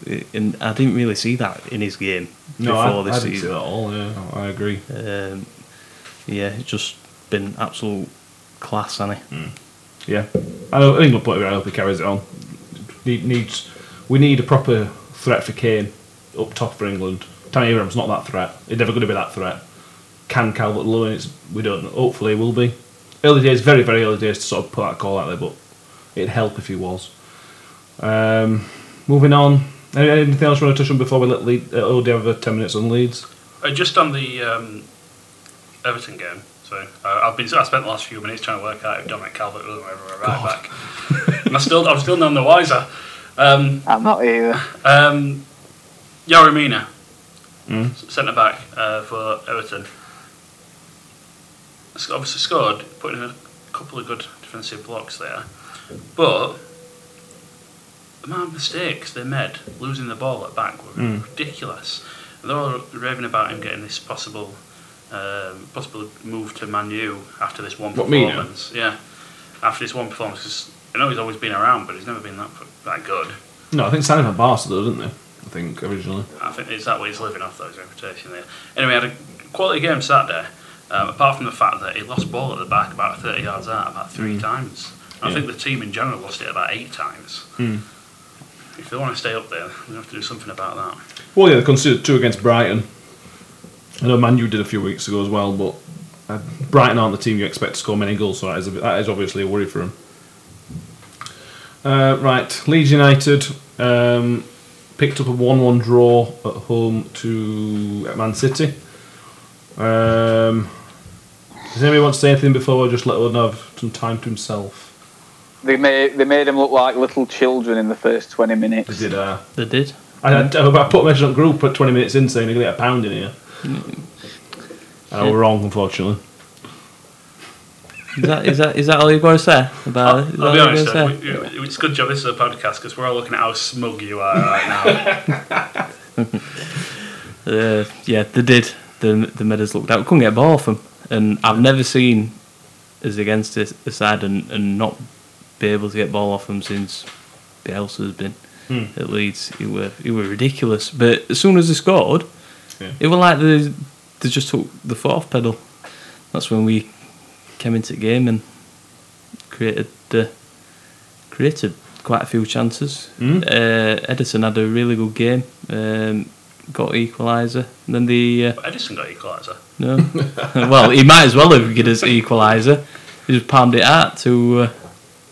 Speaker 2: like, and I didn't really see that in his game
Speaker 1: No, I,
Speaker 2: before
Speaker 1: I
Speaker 2: this
Speaker 1: didn't see
Speaker 2: season.
Speaker 1: that at all. Yeah, I agree.
Speaker 2: Um, yeah, he's just been absolute class, hasn't he?
Speaker 3: Mm.
Speaker 1: Yeah, I know England point of view. I hope he carries it on. He needs we need a proper threat for Kane up top for England. Tammy Abraham's not that threat. He's never going to be that threat. Can Calvert Lewin? It's we don't. know. Hopefully, he will be. Early days, very very early days to sort of put that call out there, but it'd help if he was. Um, moving on. Any- Anything else you want to touch on before we let lead? Uh, oh, do you have uh, ten minutes on Leeds?
Speaker 3: Uh, just on the um, Everton game. So uh, I've been I spent the last few minutes trying to work out if Dominic Calvert was ever a right back, and I still I'm still none the wiser. Um,
Speaker 4: I'm not either.
Speaker 3: um, Yarimina,
Speaker 1: Mm.
Speaker 3: centre back uh, for Everton, He's obviously scored, put in a couple of good defensive blocks there, but. The amount of mistakes they made losing the ball at back were
Speaker 1: Mm.
Speaker 3: ridiculous. And they're all raving about him getting this possible, um, possible move to Man U after this one
Speaker 1: What, Mino?
Speaker 3: performance. Yeah, after this one performance, 'cause I know he's always been around, but he's never been that that good.
Speaker 1: No, I think signing for Barca though, didn't they? I think originally.
Speaker 3: I think it's that way he's living off those reputation there. Anyway, I had a quality game Saturday. Um, apart from the fact that he lost ball at the back about 30 yards out about
Speaker 2: Mm.
Speaker 3: three times. And I
Speaker 1: Yeah.
Speaker 3: think the team in general lost it about eight times.
Speaker 2: Hmm.
Speaker 1: Mm.
Speaker 3: If they want to stay up there, they have to do something about that.
Speaker 1: Well, yeah, they conceded two against Brighton. I know Man U did a few weeks ago as well, but uh, Brighton aren't the team you expect to score many goals, so that is, a, that is obviously a worry for them. Uh, right, Leeds United um, picked up a 1 1 draw at home to Man City. Um, does anybody want to say anything before I just let Odin have some time to himself?
Speaker 4: They made they made him look like little children in the first twenty minutes.
Speaker 1: did. Uh,
Speaker 2: They did.
Speaker 1: I, I, I put a message on the group at 20 minutes in saying they're going to get a pound in here.
Speaker 2: Mm.
Speaker 1: And I was wrong, unfortunately.
Speaker 2: Is that, is that, is that all you've got to say about it? Is that
Speaker 3: I'll
Speaker 2: all
Speaker 3: be
Speaker 2: you've
Speaker 3: honest,
Speaker 2: got to
Speaker 3: Ed,
Speaker 2: say?
Speaker 3: we- we- it's a good job this is a podcast because we're all looking at how smug you are right
Speaker 2: [LAUGHS]
Speaker 3: now.
Speaker 2: Uh, yeah, they did. The the midders looked out. Couldn't get a ball off 'em. and I've never seen us against a, a side and, and not be able to get ball off them since Bielsa has been at Leeds. It were it were ridiculous. But as soon as they scored,
Speaker 1: Yeah.
Speaker 2: it were like they they just took the fourth pedal. That's when we came into the game and created uh, created quite a few chances.
Speaker 1: Mm.
Speaker 2: Uh, Edison had a really good game. Um, got equaliser. And then the uh,
Speaker 3: But Edison got equaliser.
Speaker 2: no, well he might as well have got his equaliser. He just palmed it out to uh,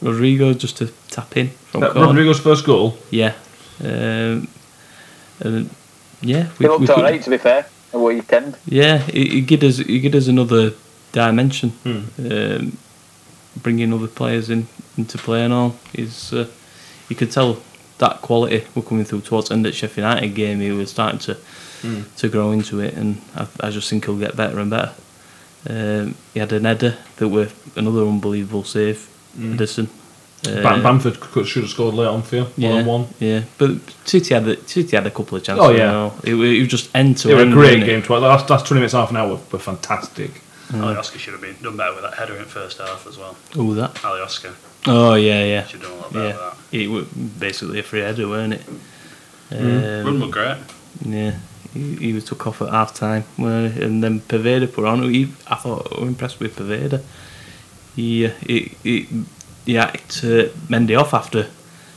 Speaker 2: Rodrigo just to tap in from
Speaker 1: That
Speaker 2: corner.
Speaker 1: Rodrigo's first goal.
Speaker 2: Yeah. Um, uh, yeah.
Speaker 4: He looked
Speaker 2: could-
Speaker 4: alright, to be fair. The weekend.
Speaker 2: yeah, he, he gives us he gives us another dimension,
Speaker 1: Hmm.
Speaker 2: um, bringing other players in into play and all. Is uh, you could tell that quality were coming through towards the end of the Sheffield United game. He was starting to
Speaker 1: Hmm.
Speaker 2: to grow into it, and I, I just think he'll get better and better. Um, he had an header that were another unbelievable save, Edison.
Speaker 1: Hmm. Bam- Bamford could, should have scored late on for you, one on one.
Speaker 2: Yeah, but City had a, City had a couple of chances.
Speaker 1: Oh, yeah.
Speaker 2: you know. it, wa- it was just end to
Speaker 1: It was
Speaker 2: end.
Speaker 1: a
Speaker 2: wasn't
Speaker 1: great
Speaker 2: it?
Speaker 1: game. To, watch. the last, last 20 minutes, half an hour were, were fantastic.
Speaker 2: Hmm.
Speaker 3: Ali Oscar should have been done better with that header in first half as well.
Speaker 2: Oh, that.
Speaker 3: Ali Oscar
Speaker 2: Oh yeah, yeah,
Speaker 3: should have done a lot better
Speaker 2: yeah. It
Speaker 3: with
Speaker 2: was basically a free header, weren't it?
Speaker 3: that.
Speaker 2: Um,
Speaker 3: Run were great.
Speaker 2: yeah, he, he was took off at half time, and then Pervada put on. He, I thought, I was impressed with Pervada. He uh, he he, he hacked uh, Mendy off after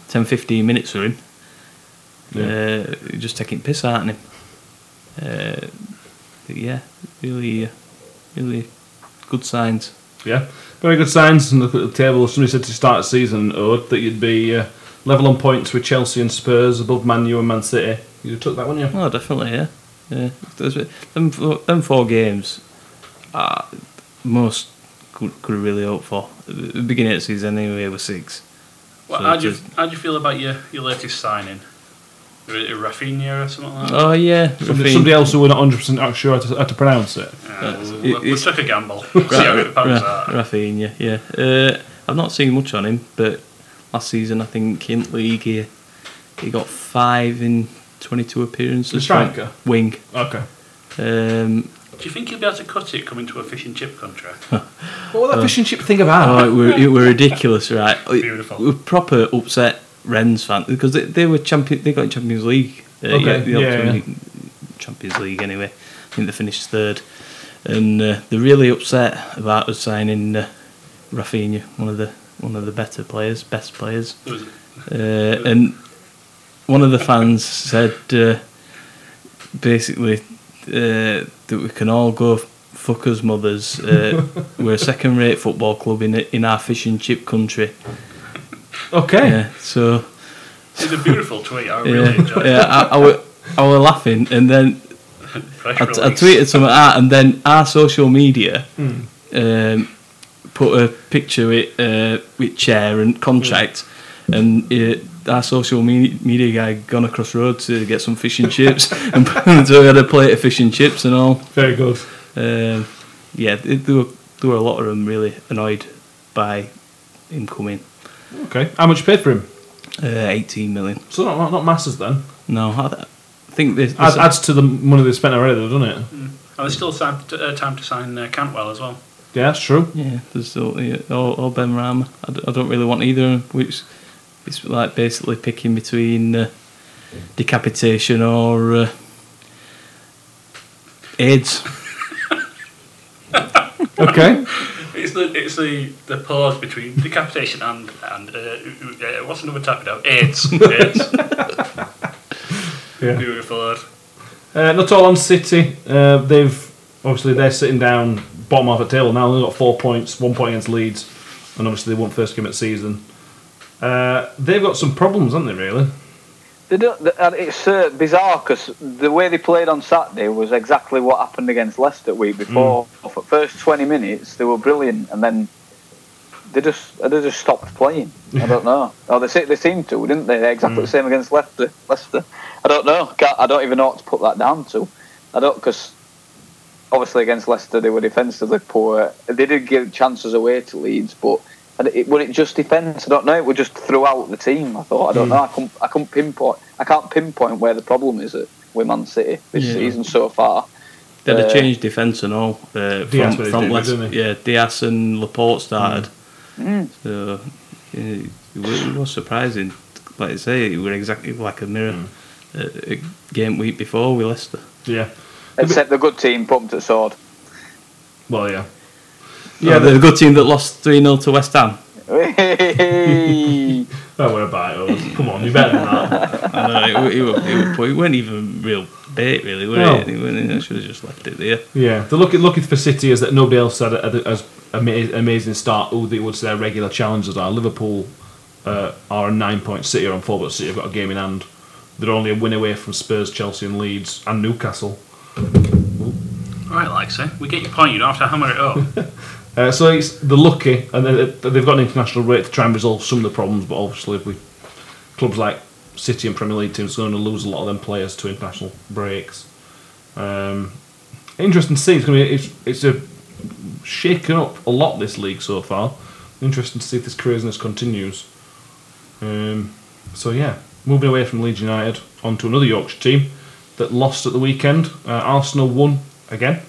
Speaker 2: 10 15 minutes are in.
Speaker 1: Yeah.
Speaker 2: Uh, you're just taking piss out of him. Uh, but yeah, really, uh, really good signs.
Speaker 1: Yeah, very good signs. And look at the table. Somebody said to start the season, Ode, that you'd be uh, level on points with Chelsea and Spurs, above Man U and Man City. You took that one, yeah.
Speaker 2: Oh, definitely, yeah. Yeah, There's, them, four, them four games, uh, most could, could really hope for. The beginning of the season, anyway, was six.
Speaker 3: Well,
Speaker 2: So
Speaker 3: how do you
Speaker 2: just-
Speaker 3: how do you feel about your, your latest signing? R- Rafinha or something like that.
Speaker 2: Oh, yeah.
Speaker 1: Somebody,
Speaker 2: Rafinha.
Speaker 1: somebody else who we're not 100% sure how to, how to pronounce it.
Speaker 3: Yeah, we-
Speaker 2: it-
Speaker 3: we, we
Speaker 2: it's-
Speaker 3: took
Speaker 2: [LAUGHS]
Speaker 3: a gamble. See how it pans
Speaker 2: Ra-
Speaker 3: out.
Speaker 2: Rafinha, yeah. Uh, I've not seen much on him, but last season I think in league he, he got five in twenty-two appearances.
Speaker 1: The striker?
Speaker 2: wing.
Speaker 1: Okay.
Speaker 2: Um,
Speaker 3: Do you think you'll be able to cut it coming to a fish and chip contract?
Speaker 1: What
Speaker 2: Uh,
Speaker 1: was that fish and chip thing about?
Speaker 2: oh, it were, it were
Speaker 1: [LAUGHS]
Speaker 2: ridiculous, right? It-
Speaker 3: Beautiful.
Speaker 2: It, were proper upset Rennes fans because they, they were champion. They got in Champions League. Uh,
Speaker 1: Okay,
Speaker 2: the
Speaker 1: yeah,
Speaker 2: Champions- Champions League anyway. I think they finished third, and uh, they're really upset about us signing uh, Rafinha, one of the one of the better players, best players.
Speaker 3: There was-
Speaker 2: Uh, and one of the fans said uh, basically uh, that we can all go fuck us mothers. Uh, we're a second rate football club in, in our fish and chip country.
Speaker 1: Okay.
Speaker 2: uh, Yeah, so
Speaker 3: It's a beautiful tweet. I
Speaker 2: [LAUGHS] yeah,
Speaker 3: really enjoyed
Speaker 2: yeah,
Speaker 3: it.
Speaker 2: I, I, were, I were laughing and then
Speaker 3: Press
Speaker 2: I, t- I
Speaker 3: release.
Speaker 2: tweeted something out and then our social media um, put a picture with, uh, with chair and contract and uh, our social me- media guy gone across road to get some fish and chips [LAUGHS] and so we had a plate of fish and chips and all
Speaker 1: Very good.
Speaker 2: um, yeah th there, were, there were a lot of them really annoyed by him coming
Speaker 1: Okay. How much you paid for him?
Speaker 2: uh, 18 million
Speaker 1: So not, not, not masses then.
Speaker 2: no I, th- I think this,
Speaker 1: Adds, adds to the money they spent already, though, doesn't it?
Speaker 3: And there's still time to, uh, time to sign uh, Cantwell as well.
Speaker 1: Yeah, that's true.
Speaker 2: Yeah, there's still yeah, or, or Ben Ram. I, d- I don't really want either, which it's like basically picking between uh, decapitation or uh, AIDS.
Speaker 1: [LAUGHS] Okay.
Speaker 3: It's the it's the, the pause between decapitation and and uh, uh, what's another type of dog?
Speaker 2: [LAUGHS]
Speaker 3: AIDS. AIDS.
Speaker 1: yeah.
Speaker 3: Beautiful. word.
Speaker 1: Uh, not all on City. Uh, they've obviously they're sitting down bottom half of the table now. They've got four points, one point against Leeds, and obviously they won first game of the season. Uh, they've got some problems, haven't they? Really?
Speaker 4: They don't, they, and it's uh, bizarre because the way they played on Saturday was exactly what happened against Leicester week
Speaker 1: Hmm.
Speaker 4: before. For the first twenty minutes, they were brilliant, and then they just uh, they just stopped playing. I don't know. Oh, they se- they seemed to, didn't they? They're exactly the same against Leicester. Leicester. I don't know. Can't, I don't even know what to put that down to. I don't because obviously against Leicester they were defensively poor. They did give chances away to Leeds, but and it, were it just defence? I don't know. It was just throughout the team. I thought I don't know. I couldn't, I couldn't pinpoint. I can't pinpoint where the problem is at with Man City this
Speaker 2: Yeah.
Speaker 4: season so far.
Speaker 2: They had
Speaker 4: Uh,
Speaker 2: a change defence and all uh,
Speaker 1: Diaz
Speaker 2: from,
Speaker 1: was
Speaker 2: from
Speaker 1: doing it,
Speaker 2: Leicester.
Speaker 1: didn't he?
Speaker 2: Yeah, Diaz and Laporte started. So yeah, it, was, it was surprising. Like I say, it were exactly like a mirror.
Speaker 1: Mm.
Speaker 2: Uh, game week before with Leicester.
Speaker 1: Yeah.
Speaker 4: Except the good team pumped at sword. [LAUGHS]
Speaker 1: Well, yeah. Yeah,
Speaker 2: Yeah, Oh, the good team that lost 3 0 to West Ham.
Speaker 4: Hey!
Speaker 1: Don't worry Oh, about it. Oz. Come on, you're better than that.
Speaker 2: I know, it, it, were- it, were poor. it weren't even real bait, really, were
Speaker 1: No.
Speaker 2: it? it weren't, I should have just left it there.
Speaker 1: Yeah, the looking looking for City is that nobody else had a, as ama- amazing start. All they would say their regular challenges are Liverpool uh, are a nine point City are on four, but City have got a game in hand. They're only a win away from Spurs, Chelsea, and Leeds and Newcastle.
Speaker 3: All right, like so, we get your point. You don't have to hammer it up.
Speaker 1: Uh, so it's the lucky, and they- they- they've got an international rate to try and resolve some of the problems. But obviously, if we clubs like City and Premier League teams are going to lose a lot of them players to international breaks. Um, interesting to see. It's going to be it's, it's a shaken up a lot this league so far. Interesting to see if this craziness continues. Um, so yeah, moving away from Leeds United onto another Yorkshire team that lost at the weekend. Uh, Arsenal won again.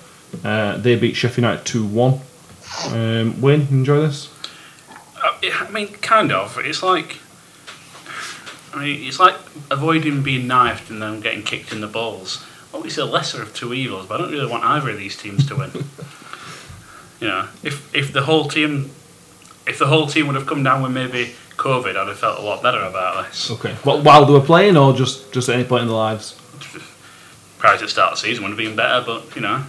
Speaker 1: Uh, they beat Sheffield United two one. Um, Wayne, you enjoy this?
Speaker 3: I, Uh, I mean, kind of. It's like. I mean, it's like avoiding being knifed and then getting kicked in the balls. Obviously, a lesser of two evils, but I don't really want either of these teams to win. [LAUGHS] you know, if if the whole team, if the whole team would have come down with maybe a COVID, I'd have felt a lot better about this.
Speaker 1: Okay. Well, while they were playing, or just just at any point in their lives?
Speaker 3: Prior to the start of the season, would have been better, but you know,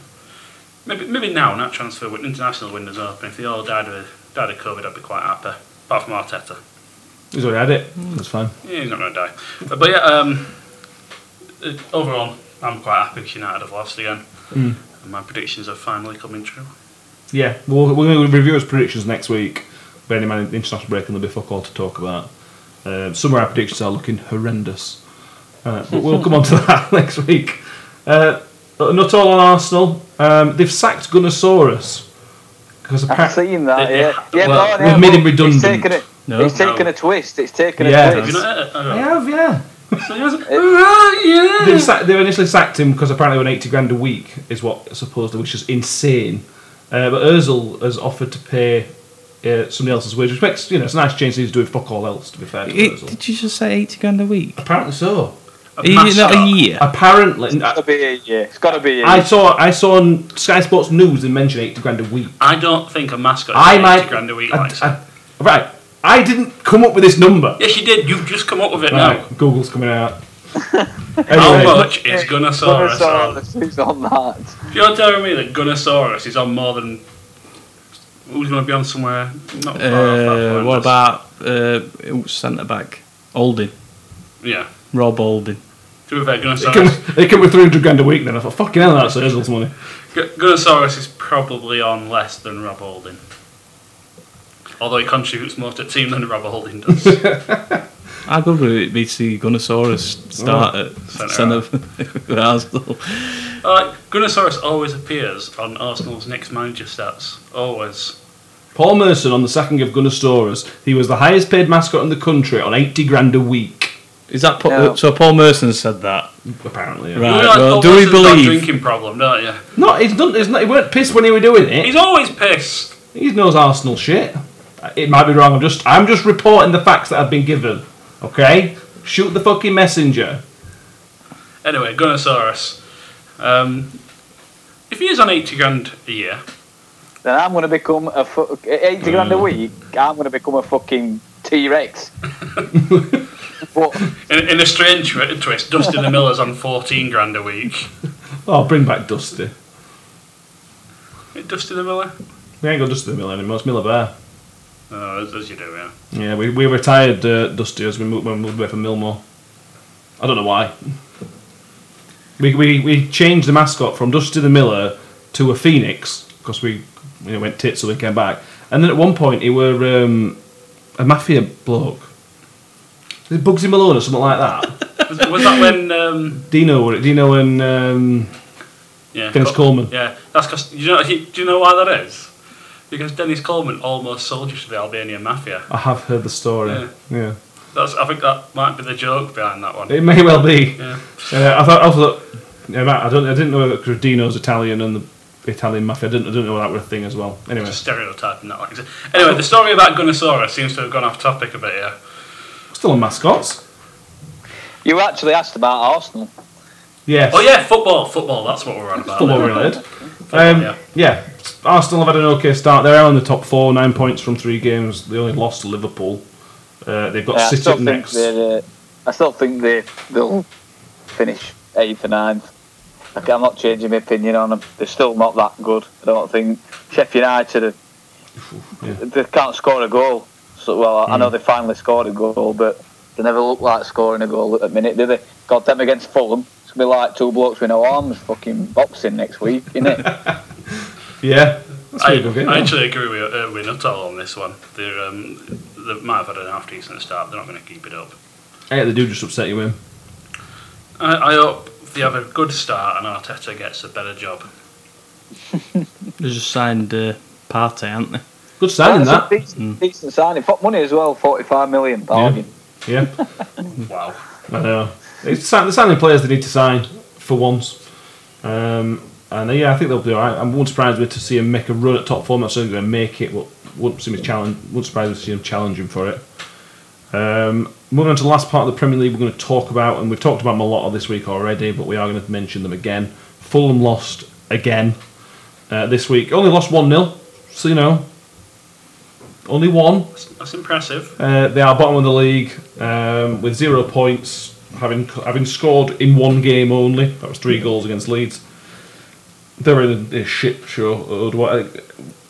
Speaker 3: maybe maybe now, not transfer win- international windows open. If they all died of died of COVID, I'd be quite happy. Apart from Arteta,
Speaker 1: He's already had it. That's fine.
Speaker 3: yeah, he's not going to die. But, but yeah, um, uh, overall, I'm quite happy 'cause United have lost again,
Speaker 1: Mm.
Speaker 3: and my predictions are finally coming true.
Speaker 1: Yeah. Well, we're going to review his predictions next week. Bearing in mind the international break, and there'll be fuck all to talk about. Uh, some of our predictions are looking horrendous, uh, but we'll come on to [LAUGHS] that next week. Uh, not all on Arsenal. Um, they've sacked Gunnosaurus because [LAUGHS]
Speaker 4: I've
Speaker 1: apparently
Speaker 4: seen that.
Speaker 3: They- they
Speaker 4: Yeah,
Speaker 3: have-
Speaker 4: yeah.
Speaker 1: well,
Speaker 4: no,
Speaker 1: we've
Speaker 4: no,
Speaker 1: made him
Speaker 4: but
Speaker 1: redundant.
Speaker 4: It's taken a,
Speaker 2: No.
Speaker 4: it's taken a twist. It's taken
Speaker 1: Yeah, that's-
Speaker 4: a
Speaker 3: Have you
Speaker 4: twist.
Speaker 3: not heard it? I
Speaker 1: I
Speaker 3: don't know. uh,
Speaker 1: have, yeah.
Speaker 3: So he hasn't- Right, yeah.
Speaker 1: They, sack, they initially sacked him because apparently when 80 grand a week is what supposedly, which is insane. Uh, but Özil has offered to pay uh, somebody else's wage, which makes you know it's a nice change. He's doing fuck all else, to be fair. To
Speaker 2: It,
Speaker 1: Ozil.
Speaker 2: did you just say 80 grand a week?
Speaker 1: Apparently so.
Speaker 3: A
Speaker 2: A year,
Speaker 3: mass
Speaker 2: not a
Speaker 3: shock.
Speaker 2: year.
Speaker 1: Apparently,
Speaker 4: It's
Speaker 1: I,
Speaker 4: gotta be a year. It's gotta be a
Speaker 1: I
Speaker 4: year.
Speaker 1: saw I saw on Sky Sports News they mentioned 80 grand a week.
Speaker 3: I don't think a mascot.
Speaker 1: I
Speaker 3: is
Speaker 1: might
Speaker 3: grand a week.
Speaker 1: I-
Speaker 3: like that.
Speaker 1: I- right. I didn't come up with this number.
Speaker 3: yes, you did. You've just come up with it now.
Speaker 1: Right, Google's coming out.
Speaker 3: [LAUGHS] How
Speaker 1: Anyway,
Speaker 3: much is Gunnosaurus? on?
Speaker 4: Gunnosaurus is on that.
Speaker 3: If you're telling me that Gunnosaurus is on more than who's going to be on somewhere not far off that
Speaker 2: Uh,
Speaker 3: point,
Speaker 2: what
Speaker 3: just-
Speaker 2: about uh, centre back? Olding.
Speaker 3: yeah?
Speaker 2: Rob Olding.
Speaker 3: To be fair,
Speaker 1: It came,
Speaker 3: Gunnosaurus,
Speaker 1: with- it came with 300 grand a week then. I thought, fucking hell, that's Ozil's money.
Speaker 3: Gu- Gunnosaurus is probably on less than Rob Holding. Although he contributes more to the team than Rob Holding does.
Speaker 2: [LAUGHS] How good would it be to see Gunnosaurus start at Oh. centre
Speaker 3: Centre
Speaker 2: [LAUGHS] for Arsenal?
Speaker 3: Alright, Gunnosaurus Uh, always appears on Arsenal's next manager stats. Always.
Speaker 1: Paul Merson on the sacking of Gunnosaurus, he was the highest paid mascot in the country on 80 grand a week.
Speaker 2: Is that Paul,
Speaker 4: No.
Speaker 2: so? Paul Merson said that.
Speaker 1: Apparently, yeah.
Speaker 2: Right.
Speaker 3: You realise
Speaker 2: well,
Speaker 3: Paul
Speaker 2: do we
Speaker 3: Wilson's got a
Speaker 2: believe-
Speaker 3: drinking problem, don't you?
Speaker 1: No, he's done, he's not, he weren't pissed when he were doing it.
Speaker 3: He's always pissed.
Speaker 1: He knows Arsenal shit. It might be wrong. I'm just I'm just reporting the facts that I've been given. Okay, shoot the fucking messenger.
Speaker 3: Anyway, Gunnosaurus. Um, if he is on 80 grand a year,
Speaker 4: Then I'm gonna become a fu- eighty grand
Speaker 1: Mm.
Speaker 4: a week. I'm gonna become a fucking T
Speaker 1: [LAUGHS]
Speaker 4: Rex. But
Speaker 3: in, in a strange twi- twist, Dustin the Miller's on 14 grand a week.
Speaker 1: Oh, bring back Dusty.
Speaker 3: Dustin the Miller?
Speaker 1: We ain't got Dusty the Miller anymore. It's Miller Bear.
Speaker 3: Oh, as, as you do, yeah.
Speaker 1: Yeah, we, we retired uh, Dusty as we moved, when we moved away from Millmore. I don't know why. We, we, we changed the mascot from Dusty the Miller to a phoenix because we you know, went tits so we came back. And then at one point he were um, a mafia bloke. Is it Bugsy Malone or something like that? [LAUGHS]
Speaker 3: Was, was that when. Um,
Speaker 1: Dino, were it Dino and um,
Speaker 3: yeah,
Speaker 1: Dennis Coleman.
Speaker 3: Yeah, that's because. You know, he, do you know why that is? Because Dennis Coleman almost sold you to the Albanian mafia.
Speaker 1: I have heard the story.
Speaker 3: Yeah.
Speaker 1: Yeah,
Speaker 3: That's, I think that might be the joke behind that one.
Speaker 1: it may well be.
Speaker 3: Yeah.
Speaker 1: Uh, I thought I also thought. Yeah, Matt, I don't. I didn't know that 'cause Dino's Italian and the Italian mafia. I didn't. I didn't know that were a thing as well. Anyway,
Speaker 3: Just stereotyping that. Like. Anyway, the story about Gunnosaurus seems to have gone off topic a bit here.
Speaker 1: still on mascots.
Speaker 4: you actually asked about Arsenal.
Speaker 1: Yes.
Speaker 3: Oh, yeah, football, football, that's what we're on about.
Speaker 1: Football
Speaker 3: then.
Speaker 1: related. Um,
Speaker 3: yeah.
Speaker 1: yeah. Arsenal have had an okay start. They're on the top four, nine points from three games. They only lost to Liverpool. Uh, they've got
Speaker 4: Yeah, I
Speaker 1: City
Speaker 4: still
Speaker 1: up
Speaker 4: think
Speaker 1: next.
Speaker 4: they're. Uh, I still think they they'll finish eighth or ninth. Okay, I'm not changing my opinion on them. They're still not that good. I don't think Sheffield United are,
Speaker 1: Yeah. Mm.
Speaker 4: they can't score a goal. So well, I know they finally scored a goal, but they never look like scoring a goal at the minute, do they? God, them against Fulham. It's gonna be like two blokes with no arms, fucking boxing next week,
Speaker 1: [LAUGHS]
Speaker 4: isn't it?
Speaker 1: Yeah. That's
Speaker 3: I,
Speaker 1: a good game.
Speaker 3: I
Speaker 1: yeah.
Speaker 3: actually agree with, uh, with Nuttall on this one. They're, um, they might have had an half decent start. They're not going to keep it up.
Speaker 1: Yeah, they do just upset you in.
Speaker 3: I, I hope they have a good start and Arteta gets a better job.
Speaker 2: They just signed uh, Partey, haven't they?
Speaker 1: Good signing that. Mm.
Speaker 4: That's a decent, decent signing. Fuck money as well, forty-five million bargain.
Speaker 1: Yeah. Mm.
Speaker 3: Wow.
Speaker 1: I know. It's the signing players they need to sign for once. Um, and uh, yeah, I think they'll be alright. I wouldn't surprise me to see him make a run at top form. I'm certainly going to make it, but wouldn't see me challenge. Wouldn't surprise me to see him challenging for it. Um, moving on to the last part of the Premier League, we're going to talk about, and we've talked about them a lot this week already, but we are going to mention them again. Fulham lost again uh, this week. Only lost one 0 so you know Only one.
Speaker 3: That's impressive.
Speaker 1: Uh, they are bottom of the league um, with zero points, having having scored in one game only. That was three goals against Leeds. They're in a, a shit show. Otherwise-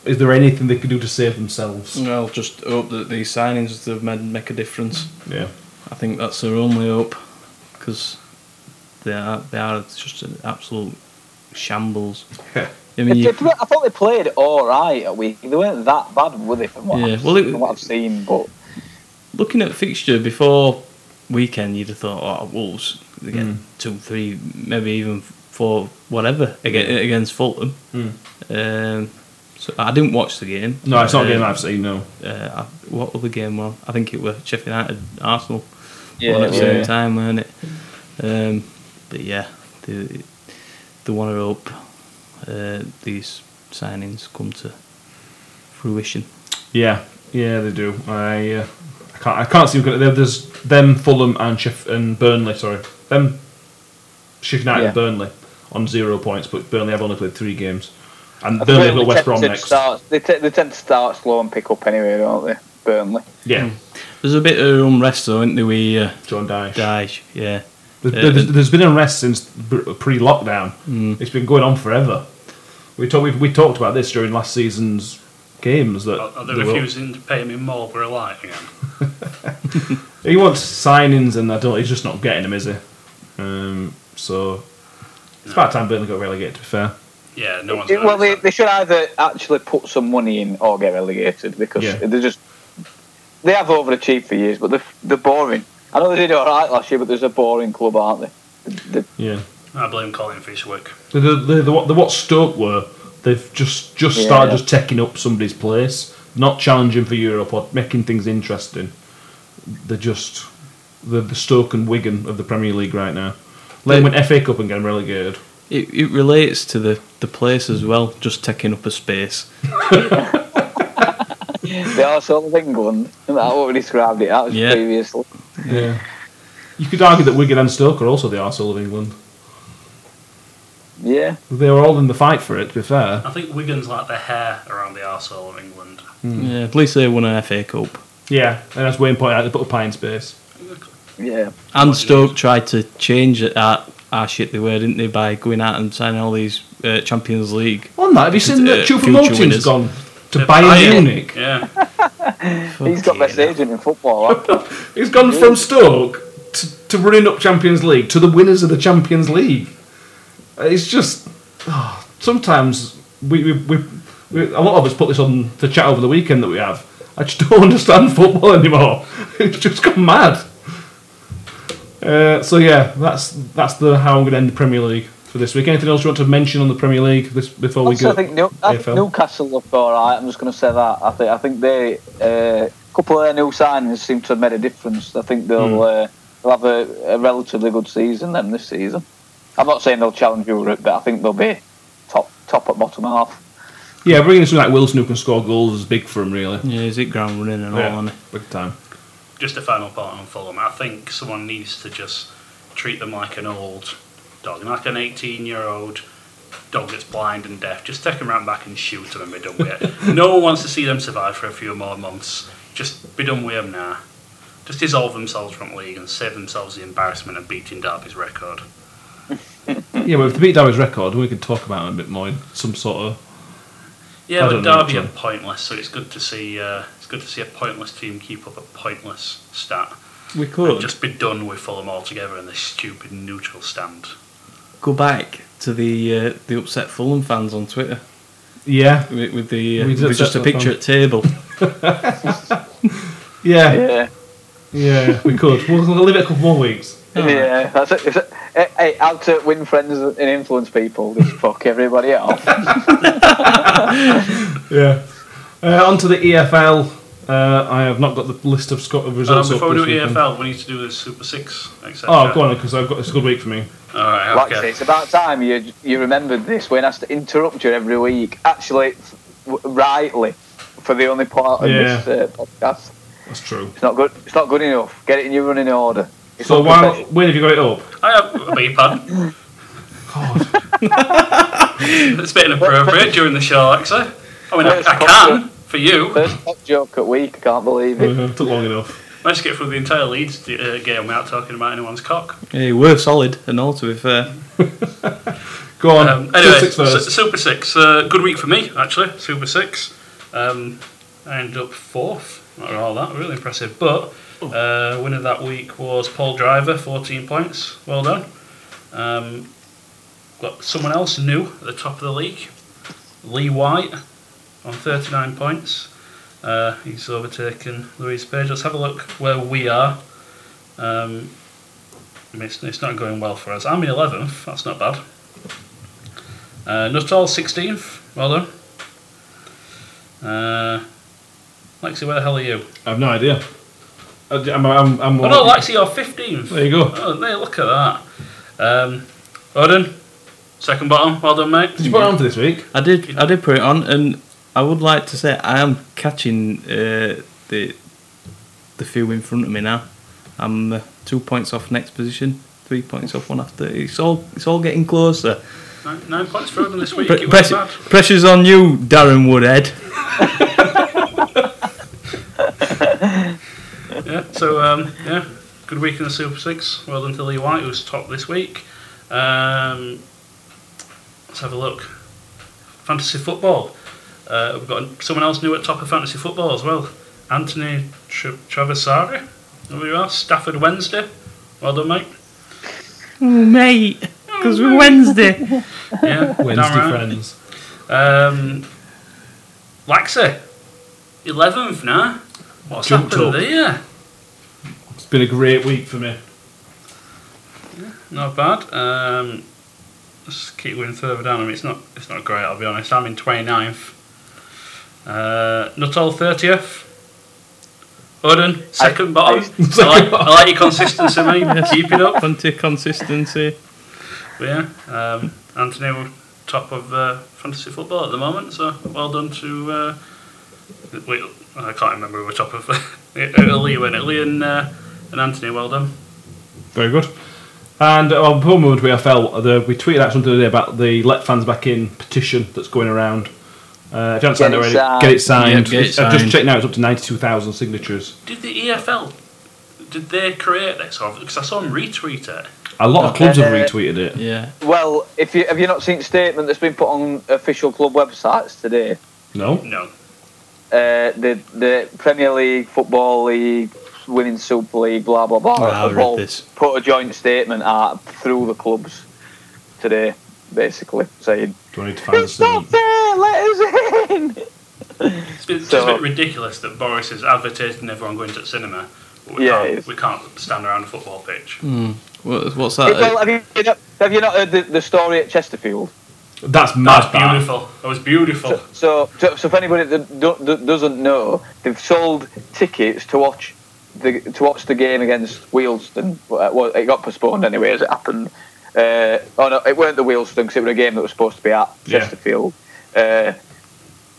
Speaker 1: Is there anything they can do to save themselves?
Speaker 2: Well, just hope that these signings they've made make a difference.
Speaker 1: Yeah.
Speaker 2: I think that's their only hope because they are they are just an absolute shambles.
Speaker 1: Yeah.
Speaker 2: I
Speaker 4: If
Speaker 2: mean, you,
Speaker 4: they play- I thought they played all right at week. They weren't that bad, were they? From what,
Speaker 2: Yeah,
Speaker 4: I've,
Speaker 2: well, it-
Speaker 4: from what I've seen, but
Speaker 2: looking at fixture before weekend, you'd have thought, oh, Wolves they get
Speaker 1: Mm.
Speaker 2: two, three, maybe even four, whatever against, against Fulham.
Speaker 1: Mm.
Speaker 2: Um, so I didn't watch the game.
Speaker 1: No, it's not a
Speaker 2: Uh,
Speaker 1: game I've seen. No.
Speaker 2: uh, I- what other game was? I think it was Sheffield United Arsenal.
Speaker 4: Yeah,
Speaker 2: Yeah, at the
Speaker 1: yeah,
Speaker 2: same
Speaker 1: yeah.
Speaker 2: time, weren't it? Um, but yeah, the the one are up. Uh, these signings come to fruition.
Speaker 1: Yeah, yeah, they do. I uh, I can't I can't see them. There's them, Fulham, and Sheff- and Burnley. Sorry, them, Sheffield United,
Speaker 4: Yeah.
Speaker 1: and Burnley on zero points, but Burnley have only played three games, and
Speaker 4: I
Speaker 1: Burnley
Speaker 4: think
Speaker 1: have got
Speaker 4: they
Speaker 1: West
Speaker 4: tend
Speaker 1: Brom
Speaker 4: to
Speaker 1: next.
Speaker 4: Start, they, t- they tend to start slow and pick up anyway, don't they? Burnley.
Speaker 1: Yeah,
Speaker 4: Hmm.
Speaker 2: There's a bit of unrest though, isn't there? We uh,
Speaker 1: John Dyche.
Speaker 2: Daesh, yeah.
Speaker 1: There's,
Speaker 2: Uh,
Speaker 1: there's, there's been unrest since b- pre-lockdown. It's been going on forever. We talked we, we talked about this during last season's games that
Speaker 3: Are, are they
Speaker 1: they were-
Speaker 3: refusing to pay me more for a light again?
Speaker 1: He wants signings, and I don't. He's just not getting them, is he? Um, so it's about time Burnley got relegated. To be fair,
Speaker 3: Yeah, no one's.
Speaker 4: It- well, they,
Speaker 3: noticed
Speaker 4: they should either actually put some money in or get relegated because
Speaker 1: Yeah.
Speaker 4: they're just they have overachieved for years, but they're, they're boring. I know they did all right last year, but there's a boring club, aren't they? They- they-
Speaker 1: yeah.
Speaker 3: that. I blame Colin for his work.
Speaker 1: The the, the, the, what, the what Stoke were, they've just just
Speaker 4: Yeah.
Speaker 1: started just taking up somebody's place, not challenging for Europe or making things interesting. They're just the the Stoke and Wigan of the Premier League right now. Let them win FA Cup and get them relegated.
Speaker 2: It, it relates to the, the place as well, just taking up a space.
Speaker 4: they are sort of England. and I already described it as
Speaker 2: Yeah.
Speaker 4: previously.
Speaker 1: Yeah. You could argue that Wigan and Stoke are also the arsehole of England.
Speaker 4: Yeah,
Speaker 1: They were all in the fight for it, to be fair.
Speaker 3: I think Wigan's like the hair around the arsehole of England.
Speaker 2: Yeah, at least they won an FA Cup.
Speaker 1: Yeah, and as Wayne pointed out, they put a pie in space.
Speaker 4: yeah.
Speaker 2: And Stoke tried to change it, our, our shit they were, didn't they, by going out and signing all these uh, Champions League.
Speaker 1: On that, have you seen that
Speaker 2: Uh,
Speaker 1: Chupa
Speaker 2: future
Speaker 1: Motin's
Speaker 2: winners. Uh,
Speaker 1: gone to
Speaker 3: Yeah,
Speaker 1: Bayern,
Speaker 3: Bayern.
Speaker 1: Munich?
Speaker 3: Yeah,
Speaker 4: He's got best
Speaker 2: Fucking
Speaker 4: agent in football. huh?
Speaker 1: [LAUGHS] He's gone from Stoke to, to running up Champions League to the winners of the Champions League. Uh, It's just ah, sometimes we, we, we, we a lot of us put this on the chat over the weekend that we have. I just [LAUGHS] don't understand football anymore. [LAUGHS] It's just gone mad. Uh, so yeah, that's that's the how I'm going to end the Premier League for this week. Anything else you want to mention on the Premier League this, before we
Speaker 4: Also,
Speaker 1: go?
Speaker 4: I think, New, I think
Speaker 1: AFL.
Speaker 4: Newcastle look all right. I'm just going to say that. I think I think they uh, a couple of their new signings seem to have made a difference. I think they'll
Speaker 1: Hmm.
Speaker 4: uh, they'll have a, a relatively good season then this season. I'm not saying they'll challenge Europe, but I think they'll be top top at bottom half.
Speaker 1: yeah, bringing in someone like Wilson who can score goals is big for him, really.
Speaker 4: Hmm.
Speaker 2: Yeah, is it ground running and all, isn't it?
Speaker 1: big time.
Speaker 3: just a final point on Fulham. I think someone needs to just treat them like an old dog, like an 18 year old dog that's blind and deaf. Just take them round back and shoot them and be done with it. no one wants to see them survive for a few more months. Just be done with them now. Just dissolve themselves from the league and save themselves the embarrassment of beating Derby's record.
Speaker 1: Yeah, but if they beat Derby's record, we could talk about it a bit more in some sort of.
Speaker 3: Yeah,
Speaker 1: I
Speaker 3: but
Speaker 1: don't know,
Speaker 3: Derby are
Speaker 1: Tom.
Speaker 3: pointless, so it's good to see. Uh, it's good to see a pointless team keep up a pointless stat.
Speaker 2: We
Speaker 3: And
Speaker 2: could
Speaker 3: just be done with Fulham altogether and this stupid neutral stand.
Speaker 2: go back to the uh, the upset Fulham fans on Twitter
Speaker 1: Yeah,
Speaker 2: with, with the uh,
Speaker 1: We
Speaker 2: with
Speaker 1: just
Speaker 2: just a
Speaker 1: upset
Speaker 2: picture
Speaker 1: fans.
Speaker 2: at table.
Speaker 1: yeah,
Speaker 4: Yeah,
Speaker 1: yeah. We could. We'll, we'll leave it a couple more weeks.
Speaker 4: yeah. That's it. It's a, hey, hey, how to win friends and influence people. Just fuck everybody off.
Speaker 1: Yeah. Uh, on to the EFL. Uh, I have not got the list of Scot- of
Speaker 3: Uh,
Speaker 1: results.
Speaker 3: before we
Speaker 1: up
Speaker 3: do
Speaker 1: this weekend.
Speaker 3: EFL, we need to do the Super Six, etc.
Speaker 1: Oh, go on, because I've got it's a good week for me.
Speaker 3: All right,
Speaker 4: Like I say,
Speaker 3: okay.
Speaker 4: it's about time you you remembered this when I has to interrupt you every week. Actually, f- w- rightly, for the only part of
Speaker 1: Yeah.
Speaker 4: this uh, podcast,
Speaker 1: That's true.
Speaker 4: it's not good. It's not good enough. Get it in your running order. It's
Speaker 1: So
Speaker 4: not
Speaker 1: while
Speaker 4: professional.
Speaker 1: when have you got it up?
Speaker 3: I have a big pardon.
Speaker 1: [LAUGHS] God,
Speaker 3: It's a bit inappropriate during the show, actually. I mean, I,
Speaker 4: Where's
Speaker 3: I
Speaker 4: Costa?
Speaker 3: can For you,
Speaker 4: First hot joke at week. I can't believe it.
Speaker 1: Uh, took long enough.
Speaker 3: let's get through the entire Leeds uh, game without talking about anyone's cock.
Speaker 2: Hey, we're solid and all, to be fair.
Speaker 1: Go on.
Speaker 3: Um,
Speaker 1: Two
Speaker 3: anyway,
Speaker 1: six
Speaker 3: Su-
Speaker 1: first.
Speaker 3: Super Six. Uh, good week for me, actually. Super Six. Um, I ended up fourth. Not all that really impressive, but
Speaker 1: Oh.
Speaker 3: uh, winner that week was Paul Driver, fourteen points. Well done. Um, got someone else new at the top of the league, Lee White, on thirty-nine points. Uh, he's overtaken Louise Page. Let's have a look where we are. Um, I mean, it's, it's not going well for us. I'm in eleventh. That's not bad. Uh, Nuttall, 16th. Well done. Uh, Lexi, where the hell are you?
Speaker 1: I have no idea. I- I'm, I'm, I'm
Speaker 3: Oh, no, Lexi, you're 15th.
Speaker 1: There you go.
Speaker 3: Oh, mate, look at that. Um, Odin, second bottom. Well done, mate.
Speaker 1: Did you put it on for this week?
Speaker 2: I did, I did put it on, and I would like to say I am catching uh, the the few in front of me now. I'm uh, two points off next position, three points off one after. It's all, it's all getting closer.
Speaker 3: Nine, nine points for Odin this week.
Speaker 2: Pre-
Speaker 3: It was
Speaker 2: press-
Speaker 3: bad.
Speaker 2: pressure's on you, Darren Woodhead.
Speaker 3: Yeah, so, um, yeah, good week in the Super 6. Well done to Lee White, who's top this week. Um, let's have a look. Fantasy football. Uh, we've got someone else new at top of fantasy football as well. Anthony Tra- Travasari. There you are. Stafford Wednesday. Well
Speaker 1: [LAUGHS]
Speaker 3: done, mate.
Speaker 2: Oh, mate, because we're Wednesday.
Speaker 3: Yeah, damn
Speaker 1: Wednesday
Speaker 3: right.
Speaker 1: friends.
Speaker 3: Um, Laxey. 11th now. What's
Speaker 1: Jumped
Speaker 3: happened
Speaker 1: up.
Speaker 3: there?
Speaker 1: It's been a great week for me.
Speaker 3: Not bad. Um, just keep going further down. I mean, it's not it's not great. I'll be honest. I'm in 29th. Uh, Nuttall 30th. Odin second bottom. I, like, I like your consistency, [LAUGHS] mate. Keep it up.
Speaker 2: Onto consistency.
Speaker 3: But yeah, um, Anthony were top of uh, fantasy football at the moment. So well done to. Uh, wait, I can't remember who were top of. [LAUGHS] Lee went it. Lee and uh, and Anthony. Well done.
Speaker 1: Very good. And uh, on poor moment we fell. The, we tweeted out something today about the let fans back in petition that's going around. Uh, if you haven't signed
Speaker 4: Get it
Speaker 1: already,
Speaker 4: signed.
Speaker 1: get it signed.
Speaker 2: Yeah, get it
Speaker 1: It's- I've just
Speaker 2: signed.
Speaker 1: checked now; it's up to ninety-two thousand signatures.
Speaker 3: Did the EFL? Did they create this? Because I saw them retweet it.
Speaker 1: A lot of clubs have
Speaker 4: Okay.
Speaker 1: retweeted it.
Speaker 2: Yeah.
Speaker 4: Well, if you have you not seen the statement that's been put on official club websites today?
Speaker 1: No,
Speaker 3: No.
Speaker 4: Uh, the the Premier League, Football League, Women's Super League, blah blah blah.
Speaker 2: Oh, I
Speaker 4: have
Speaker 2: read
Speaker 4: all
Speaker 2: this.
Speaker 4: Put a joint statement out through the clubs today, basically saying
Speaker 1: do I need to find the
Speaker 4: it's not
Speaker 1: statement?
Speaker 4: fair. Let us in.
Speaker 3: It's, been, it's
Speaker 4: So-
Speaker 3: just a bit ridiculous that Boris is advertising everyone going to the cinema. But we,
Speaker 4: Yeah, it
Speaker 3: can't,
Speaker 4: is.
Speaker 3: we can't stand around a football pitch.
Speaker 1: Mm.
Speaker 2: What, what's that?
Speaker 4: well, have you, you know, have you not heard the, the story at Chesterfield?
Speaker 1: That's mad.
Speaker 3: That's
Speaker 1: That.
Speaker 3: beautiful. That was beautiful.
Speaker 4: So, so, so if anybody that do, that doesn't know, they've sold tickets to watch the to watch the game against Wealdstone. Well, well, it got postponed anyway, as it happened. Uh, oh no, it weren't the Wealdstone because it was a game that was supposed to be at
Speaker 1: Yeah.
Speaker 4: Chesterfield. Uh,